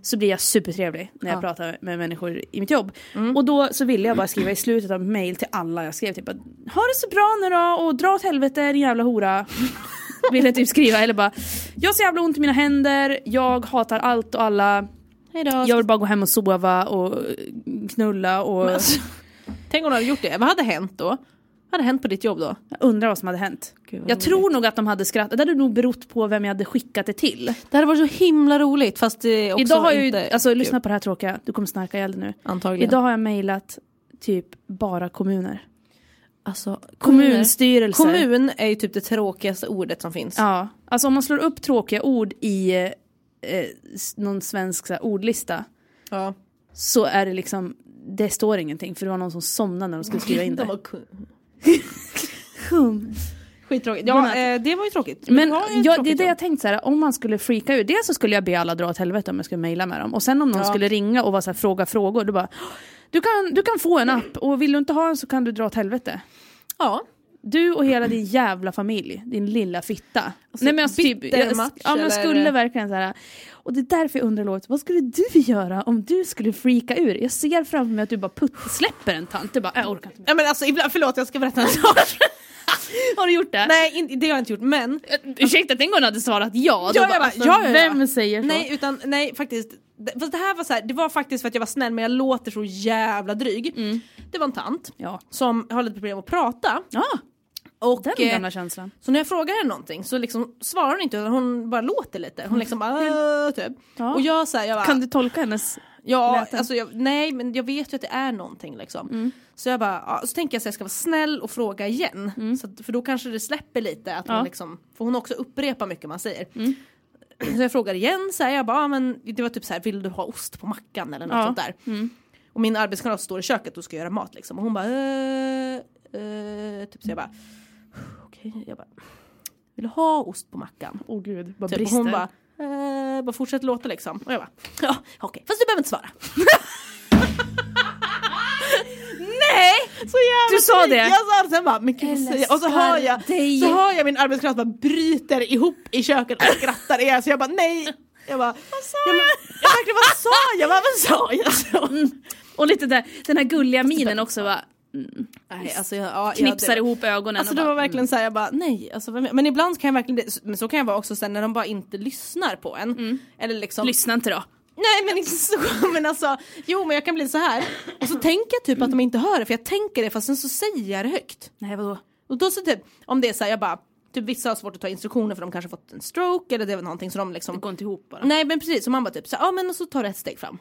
så blir jag supertrevlig när jag pratar med människor i mitt jobb. Och då så ville jag bara skriva i slutet av mejl till alla jag skrev typ att ha det så bra nu då och dra åt helvete din jävla hora (laughs) vill jag typ skriva. Eller bara, jag har så jävla ont i mina händer, jag hatar allt och alla. Hejdå. Jag vill bara gå hem och sova och knulla och... Tänk om du hade gjort det. Vad hade hänt då? Vad hade hänt på ditt jobb då? Jag undrar vad som hade hänt. Gud, vad jag tror nog att de hade skrattat, det hade nog berott på vem jag hade skickat det till. Det hade varit så himla roligt fast det också Idag har jag ju, inte alltså kul. lyssna på det här tråkiga, du kommer snarka ihjäl dig nu. Antagligen. Idag har jag mejlat typ bara kommuner. alltså, Kommunstyrelser. Kommun är ju typ det tråkigaste ordet som finns. Ja, alltså om man slår upp tråkiga ord i eh, eh, s- någon svensk så här, ordlista Ja. så är det liksom, det står ingenting för det var någon som somnade när de skulle skriva in (laughs) De det. har kun- Skittråkigt. Ja, Godnatt. eh, det var ju tråkigt. Men det var ju jag, det är tråkigt det jobb. jag tänkte så här, om man skulle freaka ut, dels så skulle jag be alla dra åt helvete om jag skulle mejla med dem och sen om någon skulle ringa och vara så här, fråga frågor, då bara du kan, du kan få en app och vill du inte ha en så kan du dra åt helvete. Ja. Du och hela din jävla familj, din lilla fitta. Nej, men alltså, typ, jag, bittermatch, ja, men jag eller? skulle verkligen så här. Och det är därför jag undrar Lovett, vad skulle du göra om du skulle freaka ur? Jag ser framför mig att du bara putt, släpper en tant, du bara jag orkar inte. mer." Nej men alltså ibland, förlåt jag ska berätta (laughs) en sak. Har du gjort det? Nej in, det har jag inte gjort men. Ursäkta, tänk om du hade svarat ja. Då Ja, jag bara, alltså, ja, ja, ja. Vem säger så? Nej utan nej faktiskt. Det- Fast det här var så här, det var faktiskt för att jag var snäll men jag låter så jävla dryg. Mm. Det var en tant Ja. som har lite problem att prata. Ja, Och, den eh, gamla känslan. Så när jag frågar henne någonting så liksom svarar hon inte utan hon bara låter lite. Hon liksom bara "Äh", typ. Mm. Ja. Och jag säger jag bara, Kan du tolka hennes... ja, läten? Mm. alltså jag, nej men jag vet ju att det är någonting liksom. Så jag bara, ja, så tänker jag att jag ska vara snäll och fråga igen. Så att, för då kanske det släpper lite att Mm. Ja. Mm. hon liksom, för hon också upprepar mycket man säger. Så jag frågar igen så här, jag bara, ja, men det var typ så här, vill du ha ost på mackan eller något Ja. Mm. sånt där. Och min arbetskamrat står i köket och ska göra mat liksom. Och hon bara, eh, eh, typ så jag bara, okej, jag bara, vill du ha ost på mackan? Åh oh, gud, bara Typ, och brister. hon bara, eh, bara fortsätter låta liksom. Och jag bara, ja okej, fast du behöver inte svara. Nej! Så jävla Du sa trygg. det? Jag sa det, sen bara, men gud vad säger jag? Och så hör jag, dig. så hör jag min arbetskamrat bara bryter ihop i köket och skrattar igen. Så jag bara, nej! Jag bara, vad sa jag? Jag verkligen, vad sa jag? Vad, vad sa jag? Så. Och lite där, den här gulliga minen också, bara, Nej, alltså, jag, ja, jag- knipsar Alltså, det- ihop ögonen. Alltså och det bara, var verkligen såhär, jag bara nej. Alltså, vad men- men ibland kan jag verkligen, det- men så kan jag vara också sen när de bara inte lyssnar på en. Eller liksom, Lyssna inte då. nej men inte så, (laughs) men alltså, jo men jag kan bli så här. Och så tänker jag typ att de inte hör det, för jag tänker det fast sen så säger jag det högt. Nej vadå? Och då så typ, om det är såhär, jag bara, typ vissa har svårt att ta instruktioner för de kanske har fått en stroke eller det var någonting så de liksom Det går inte ihop bara. Nej men precis, så man bara typ så här, ja men och så tar du ett steg fram.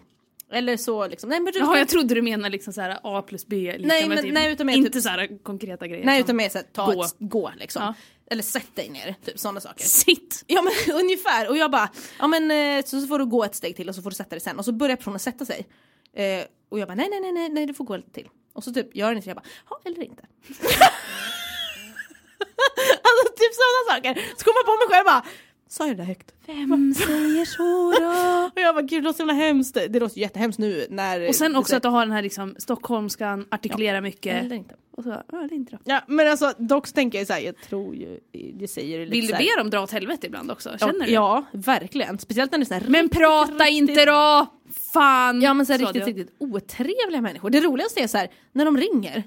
Eller så liksom, nej men du, Jaha, jag trodde du menade liksom så här A plus B lika Nej, med men- nej, utan mer Inte typ- så här konkreta grejer. nej som- utan mer såhär, ta liksom Gå. ett, gå liksom. Ja. Eller sätt dig ner, typ sådana saker. Sitt! Ja men (laughs) ungefär, och jag bara, ja men eh, så, så får du gå ett steg till och så får du sätta dig sen. Och så börjar personen sätta sig. Eh, och jag bara, nej nej nej nej, nej du får gå lite till. Och så typ gör den inte, jag bara, ja eller inte. (laughs) alltså typ sådana saker. Så kommer jag på mig själv bara, sa jag det där högt? Vem säger så då? (laughs) Och jag bara, gud det låter så jävla hemskt. Det låter ju jättehemskt nu när... Och sen också att du har den här liksom stockholmskan, artikulera mycket. Eller inte. Och så, ja, eller inte då. Ja men alltså dock så tänker jag så här, jag tror ju, det säger det lite Vill du så här- be dem dra åt helvete ibland också? Känner ja, du? Ja, verkligen. Speciellt när det är så här Men prata inte då! Fan! Ja men så här, sa riktigt, jag. riktigt otrevliga människor. Det roligaste är så här, när de ringer.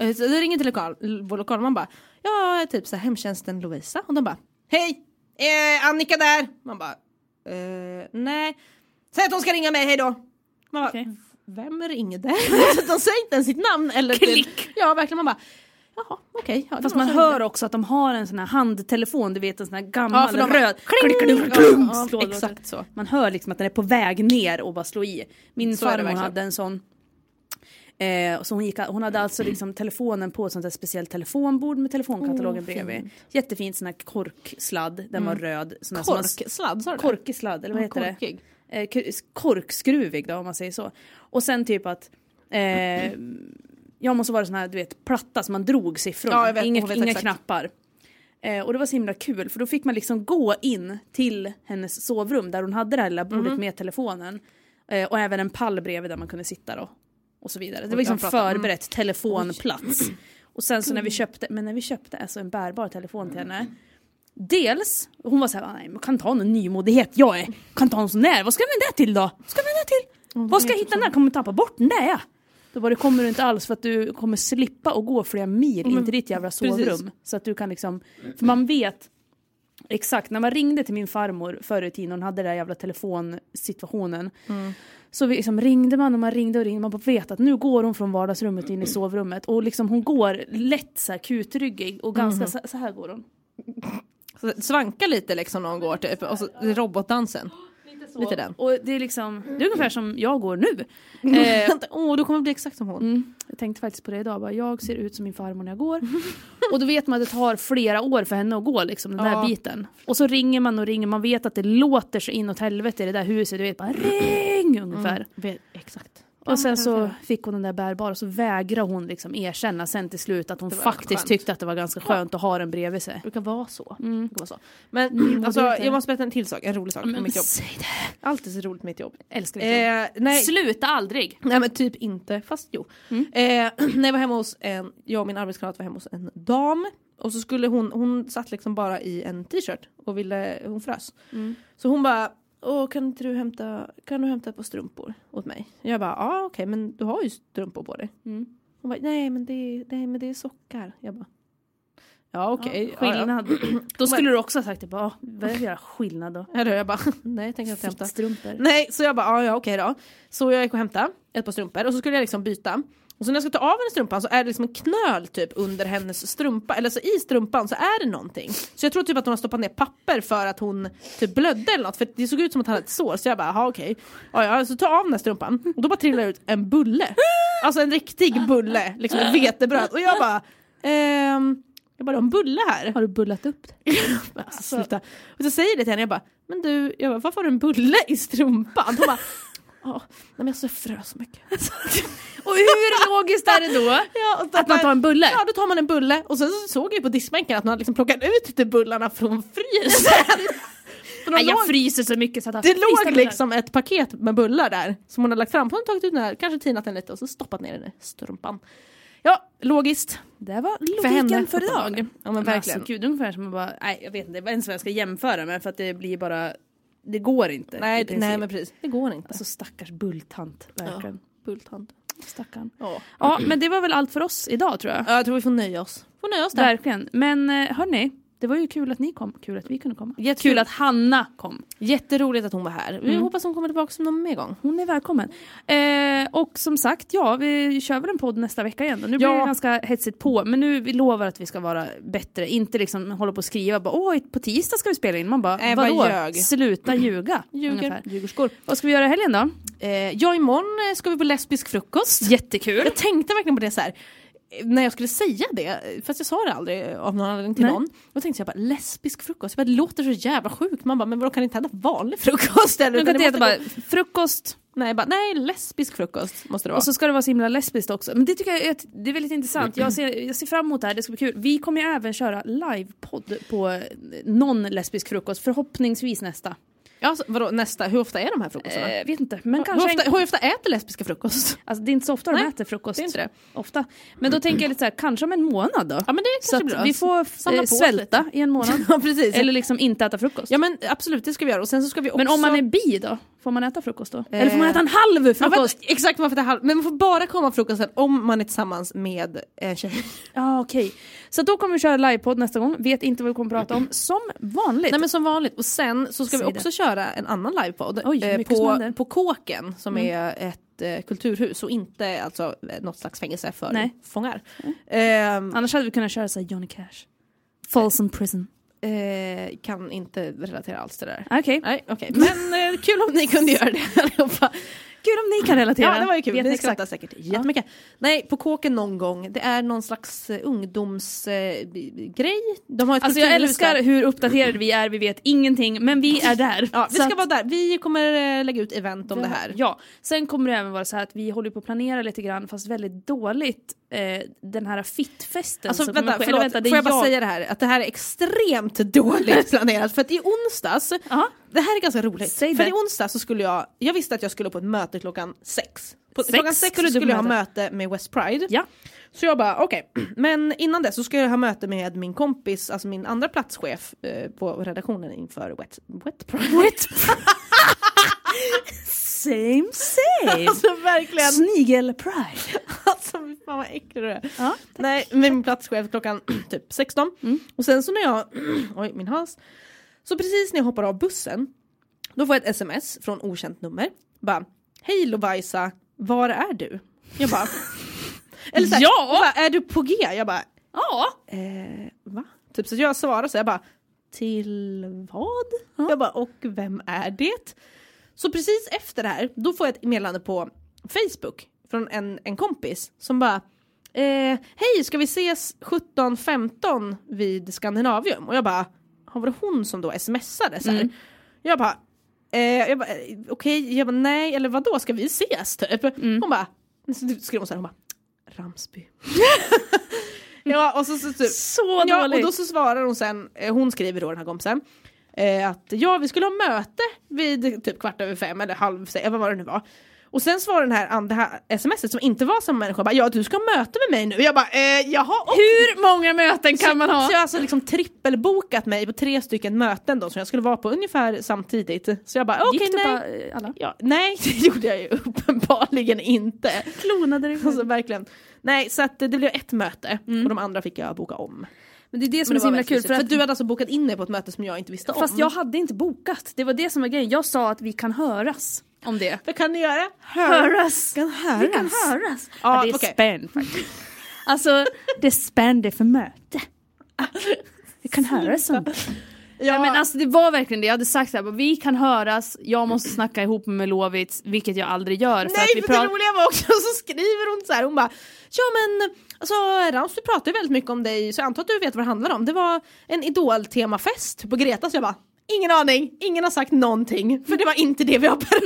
Eh, Så det ringer till lokal, vår lokal man bara Ja, jag är typ så här, hemtjänsten Lovisa. Och de bara Hej! Eh, Annika där! Man bara eh, Nej. Säg att hon ska ringa mig, hejdå! Man bara, Okej. Vem ringde? (laughs) Alltså, de säger inte ens sitt namn eller typ- Klick. Ja verkligen, man bara Jaha, okej. ja, det Fast var man så hör ringde. också att de har en sån här handtelefon, du vet en sån här gammal Ja, för de- röd. Kling! Klick, klick, Ja, klunk, ja, slår låten. exakt så. Alltså, Man hör liksom att den är på väg ner och bara slå i. Min Så är det farmor verkligen. hade en sån. Eh, så hon, gick, hon hade (clears throat) alltså liksom telefonen på ett sånt där speciellt telefonbord med telefonkatalogen bredvid. Jättefint sån här korksladd, den var röd. Sån här som man- Korksladd sa du det? Korkig sladd, eller vad Mm. Ja, heter korkig. det? Eh, k- korkskruvig då om man säger så. Och sen typ att eh, jag måste vara sån här du vet platta som man drog siffrorna. Ja, jag vet. inga Jag vet inga exakt. knappar. Eh, och det var så himla kul för då fick man liksom gå in till hennes sovrum där hon hade det här lilla bordet Mhm. med telefonen. Eh, och även en pall bredvid där man kunde sitta då. Och så vidare. Det var liksom jag pratar. Mm. förberett telefonplats. Och sen så när vi köpte, men när vi köpte alltså en bärbar telefon till henne. Dels, hon var såhär, nej men kan ta någon nymodighet, jag är, kan ta någon sån där, vad ska den där till då? Vad ska den där till? vad ska jag hitta den där, kommer tappa bort den där ja. Då bara, det kommer du inte alls för att du kommer slippa och gå flera mil in till ditt jävla sovrum. Så att du kan liksom, för man vet Exakt, när man ringde till min farmor förr i tiden, hon hade den där jävla telefonsituationen. Så vi liksom ringde man och man ringde och ringde, man bara vet att nu går hon från vardagsrummet in i sovrummet och liksom hon går lätt så här kutryggig och ganska så, så här går hon. Så Svanka lite liksom när hon går typ. Och så robotdansen. Lite, lite den. Och det är liksom, det är ungefär som jag går nu. Åh, oh, du kommer bli exakt som hon. Jag tänkte faktiskt på det idag, bara, jag ser ut som min farmor när jag (laughs) går. Och då vet man att det tar flera år för henne att gå liksom, den där Ja. biten. Och så ringer man och ringer, man vet att det låter så inåt helvete i det där huset, du vet bara ring ungefär. Vet- Mm. Exakt. Och sen så fick hon den där bärbara och så vägrade hon liksom erkänna sen till slut att hon var faktiskt skönt. tyckte att det var ganska skönt att ha den bredvid sig. Mm. Det brukar vara så. Det brukar vara så. Men vad alltså, heter det? jag måste berätta en till sak, en rolig sak om mitt jobb. säg det! Allt är så roligt med mitt jobb. Älskar ditt jobb. Eh, nej, Sluta aldrig! nej men typ inte, fast jo. Eh, (clears throat) när jag var hemma hos en, jag och min arbetskamrat var hemma hos en dam. Och så skulle hon, hon satt liksom bara i en t-shirt och ville, hon frös. Så hon bara, Åh, kan inte du hämta, kan du hämta ett par strumpor åt mig? Jag bara, ja ah, okej men du har ju strumpor på dig. Hon bara, nej men det, är- nej, men det är sockar. Jag bara, ja okej. ja, ja. (clears throat) Skillnad. Då skulle du också ha sagt det bara, "Ah, vad är det för skillnad då? Eller hur? Jag bara, (laughs) nej jag tänker inte hämta. Fittstrumpor. Alltså, Nej, så jag bara, "Ah, ja, ja okej då. Så jag gick och hämtade ett par strumpor och så skulle jag liksom byta. Och så när jag ska ta av henne strumpan så är det liksom en knöl typ under hennes strumpa, eller så i strumpan så är det någonting. Så jag tror typ att hon har stoppat ner papper för att hon typ blödde eller något för det såg ut som att han hade ett sår så jag bara, jaha okej. Ja, ja, så tar jag av den här strumpan och då bara trillar det ut en bulle. Alltså en riktig bulle, liksom ett vetebröd. Och jag bara, ehm, jag bara, du har en bulle här. Har du bullat upp det? Men Alltså, sluta. Och så säger jag det till henne, jag bara, men du, jag bara, varför har du en bulle i strumpan? Hon bara, ja, nej men alltså jag frös så mycket. Och hur logiskt är det då? Ja, (laughs) och Att man tar en bulle? Ja, då tar man en bulle och sen så såg jag ju på diskbänken att man hade liksom plockat ut lite bullarna från frysen. För de Nej, jag låg- fryser så mycket så att (laughs) det låg liksom ett paket med bullar där som hon hade lagt fram. Hon hade tagit ut den här, kanske tinat den lite och så stoppat ner den i strumpan. Ja, logiskt. Det var logiken för idag. Ja men verkligen. Alltså, gud, ungefär som att bara, nej jag vet inte, det är ens vad jag ska jämföra med för att det blir bara, det går inte. i nej, princip. nej men precis, det går inte. Alltså stackars bulltant, verkligen. Bulltant. Stackarn. Ja. Ja, men det var väl allt för oss idag tror jag. Ja, jag tror vi får nöja oss. Får nöja oss där. Verkligen. Men eh, hörni, Det var ju kul att ni kom, kul att vi kunde komma. Jättekul. Kul att Hanna kom. Jätteroligt att hon var här. Vi hoppas hon kommer tillbaka som någon mer gång. Hon är välkommen. Eh, och som sagt, ja, vi kör väl en podd nästa vecka igen. Då. Nu blir det ganska hetsigt på, men nu vi lovar att vi ska vara bättre. Inte liksom hålla på och skriva bara åh, på tisdag ska vi spela in. Man bara, Nej, bara vadå? ljög." (clears throat) Sluta ljuga. Ljuger, ungefär. ljugerskor. Vad ska vi göra i helgen då? Eh, ja, imorgon eh, ska vi på lesbisk frukost. Jättekul. Jag tänkte verkligen på det så här. eh, När jag skulle säga det, eh, fast jag sa det aldrig eh, av någon anledning till Nej. någon. Då tänkte jag bara lesbisk frukost, jag bara, det låter så jävla sjukt. Man bara, men vadå kan det inte hända vanlig frukost? (laughs) Eller, Nu Utan kan det det heta bara måste gå- frukost Nej, jag bara, nej lesbisk frukost måste det vara. och så ska det vara så himla lesbiskt också. Men det tycker jag är, ett- det är väldigt intressant. Jag ser, jag ser fram emot det här, det ska bli kul. Vi kommer ju även köra livepodd på eh, någon lesbisk frukost, förhoppningsvis nästa. ja, så, vadå, nästa, hur ofta är de här frukostarna? Eh, vet inte, men hur, kanske... ofta, En, hur ofta äter lesbiska frukost? alltså, det är inte så ofta de Nej, äter frukost. det är inte det. Ofta. Men då tänker jag lite så här, kanske om en månad då? Ja men det så kanske att blir bra. vi får Samla på eh, oss svälta i en månad. (laughs) ja (laughs) precis. Eller liksom inte äta frukost. Ja men absolut det ska vi göra och sen så ska vi också... men om man är bi då? Får man äta frukost då? Eh, Eller får man äta en halv Ja, frukost? vänta, exakt varför det här, men man får bara komma frukosten om man är tillsammans med en tjej. Ja okej. Så då kommer vi köra livepodd nästa gång, vet inte vad vi kommer prata om, som vanligt. Nej men som vanligt och sen så ska vi Säg det. också köra en annan livepodd Oj, eh, mycket som på, händer. på Kåken som är ett eh, kulturhus och inte alltså eh, något slags fängelse för Nej. fångar. Ehm, Annars hade vi kunnat köra såhär Johnny Cash. Folsom Prison. eh, kan inte relatera alls till det där. Ah, Okej, Nej okej, men eh, kul om ni kunde göra det (laughs) allihopa. kul om ni kan relatera. Ja, det var ju kul. Vet ni exakt. skrattar säkert jättemycket. Nej, på kåken någon gång. Det är någon slags eh, ungdomsgrej. De har ett Alltså jag kulturhus älskar där. hur uppdaterade vi är, vi vet ingenting, men vi är där. Ja, vi Så ska att- vara där. Vi kommer eh, lägga ut event om det här. Ja, sen kommer det även vara så här att vi håller på att planera lite grann fast väldigt dåligt eh, den här fittfesten. Alltså så att vänta, man- eller förlåt. vänta, det är Får jag bara säga det här? Att det här är extremt (laughs) dåligt planerat. För att i onsdags, Ja. det här är ganska roligt. Säg för det. i onsdags så skulle jag, jag visste att jag skulle på ett möte klockan sex. På, Sex klockan sex skulle du skulle, på jag ha möte med West Pride. Ja, Så jag bara okej, (clears throat) men innan det så ska jag ha möte med min kompis, alltså min andra platschef eh, på redaktionen inför Wet, wet Pride. (laughs) Wet same same. alltså (laughs) verkligen! Snigel-pride. Alltså fy fan vad äcklig du är. Ja, Mm. Nej, med min platschef klockan (clears throat) typ 16. Och sen så när jag, (clears throat) oj min hals. Så precis när jag hoppar av bussen, då får jag ett sms från okänt nummer. Bara, hej Lovajsa, var är du? Jag bara, (laughs) eller såhär, Ja! bara, är du på G? Jag bara, Ja, eh, va? Typ så jag svarar så jag bara till vad? Jag bara och vem är det? Så precis efter det här då får jag ett meddelande på Facebook från en, en kompis som bara eh, Hej ska vi ses 17.15 vid Skandinavium? Och jag bara har det hon som då smsade så här? Jag bara eh, jag bara, eh, okej, jag bara nej eller vadå ska vi ses typ? Hon bara, skrev hon så här, hon bara Ramsby. (laughs) ja och så, så typ så ja, dåligt. Och då så svarar hon sen, eh, hon skriver då den här kompisen, eh, att ja vi skulle ha möte vid typ kvart över fem eller halv sex, eller vad var det nu var. Och sen svarar den här, an- det här smset som inte var samma människa, bara, ja du ska ha möte med mig nu. Jag bara eh, jaha och Hur många möten kan man ha? så jag har alltså liksom trippelbokat mig på tre stycken möten då som jag skulle vara på ungefär samtidigt. Så jag bara okej Gick du nej. bara, eh, alla? Ja, nej (laughs) det gjorde jag ju uppenbarligen inte. (laughs) Klonade dig Alltså verkligen. Nej så att eh, det blev ett möte Mm. och de andra fick jag boka om. Men det är det som Men är så himla väldigt kul. mysigt. För att, du hade alltså bokat in dig på ett möte som jag inte visste om. fast jag Mm. hade inte bokat. Det var det som var grejen. Jag sa att vi kan höras om det. Vad kan ni göra? Höras! Kan höras. Vi kan höras. Ja, Ja, det är okej. spänn faktiskt. Alltså, det är spänn det för möte. Vi kan höras om det. (laughs) Ja, Men alltså det var verkligen det, jag hade sagt såhär, vi kan höras, jag måste snacka ihop med Lovits, vilket jag aldrig gör. För nej alltså, att vi för det pratar- roliga var också så skriver hon så här, hon bara Ja men alltså Rams du pratar ju väldigt mycket om dig så jag antar att du vet vad det handlar om. Det var en idoltemafest på Greta så jag bara Ingen aning, ingen har sagt någonting för det var inte det vi har (laughs) pratat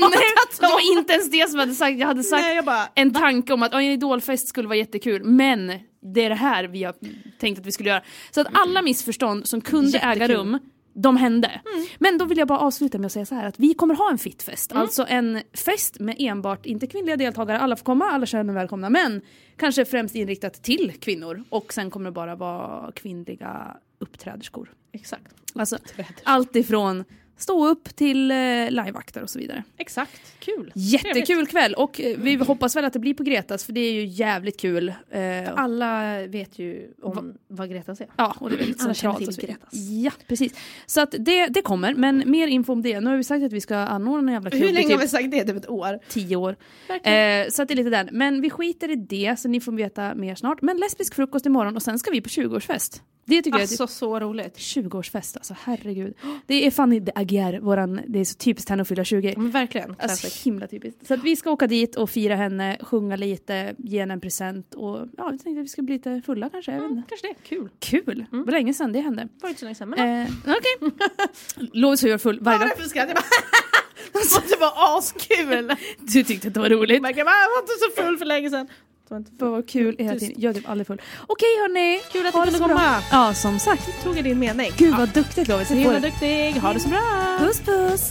Det om. var inte ens det som jag hade sagt, jag hade sagt Nej, jag bara, en tanke om att "Ja, en idolfest skulle vara jättekul, men det är det här vi har tänkt att vi skulle göra. Så att alla missförstånd som kunde äga rum, de hände. Men då vill jag bara avsluta med att säga så här att vi kommer ha en fitfest, alltså en fest med enbart, inte kvinnliga deltagare, alla får komma, alla kön är välkomna, men kanske främst inriktat till kvinnor och sen kommer det bara vara kvinnliga uppträderskor. Exakt. Alltså, allt ifrån stå upp till eh, livevakter och så vidare. Exakt, kul. Jättekul kväll och eh, vi hoppas väl att det blir på Gretas för det är ju jävligt kul. Eh, Alla vet ju om vad Greta säger. Ja, och det är väldigt Alla känner centralt. till Och så vidare. Gretas. Ja, precis. Så att det, det kommer, men mer info om det. Nu har vi sagt att vi ska anordna en jävla klubb Hur i länge har typ vi sagt det? Typ ett år? tio år. Eh, så att det är lite den. Men vi skiter i det, så ni får veta mer snart. Men lesbisk frukost imorgon och sen ska vi på 20-årsfest. Det tycker jag är typ- Alltså så roligt. 20-årsfest, alltså herregud. Det är Fanny de Aguirre, våran, det är så typiskt henne att fylla 20. Ja, Men verkligen. Classic. Alltså himla typiskt. Så att vi ska åka dit och fira henne, sjunga lite, ge henne en present och ja, vi tänkte att vi skulle bli lite fulla kanske. jag vet inte. Kanske det, kul. Mm. Kul! Det var länge sedan det hände. Var inte så länge sedan men... Mm. Eh, Okej. Lovis har gjort full varje dag. Varför skrattade (laughs) jag? bara, Det var (laughs) askul! Du tyckte att det var roligt. Man kan bara, jag var inte så full för länge sedan. Det var inte Vad var kul hela Tyst. tiden. Jag är typ aldrig full. Okej hörni! Kul att Ha du det kunde så bra. komma. Ja, som sagt. Tog jag din mening? Gud vad duktigt Lovis. Så himla duktig, ha det så bra! Puss puss!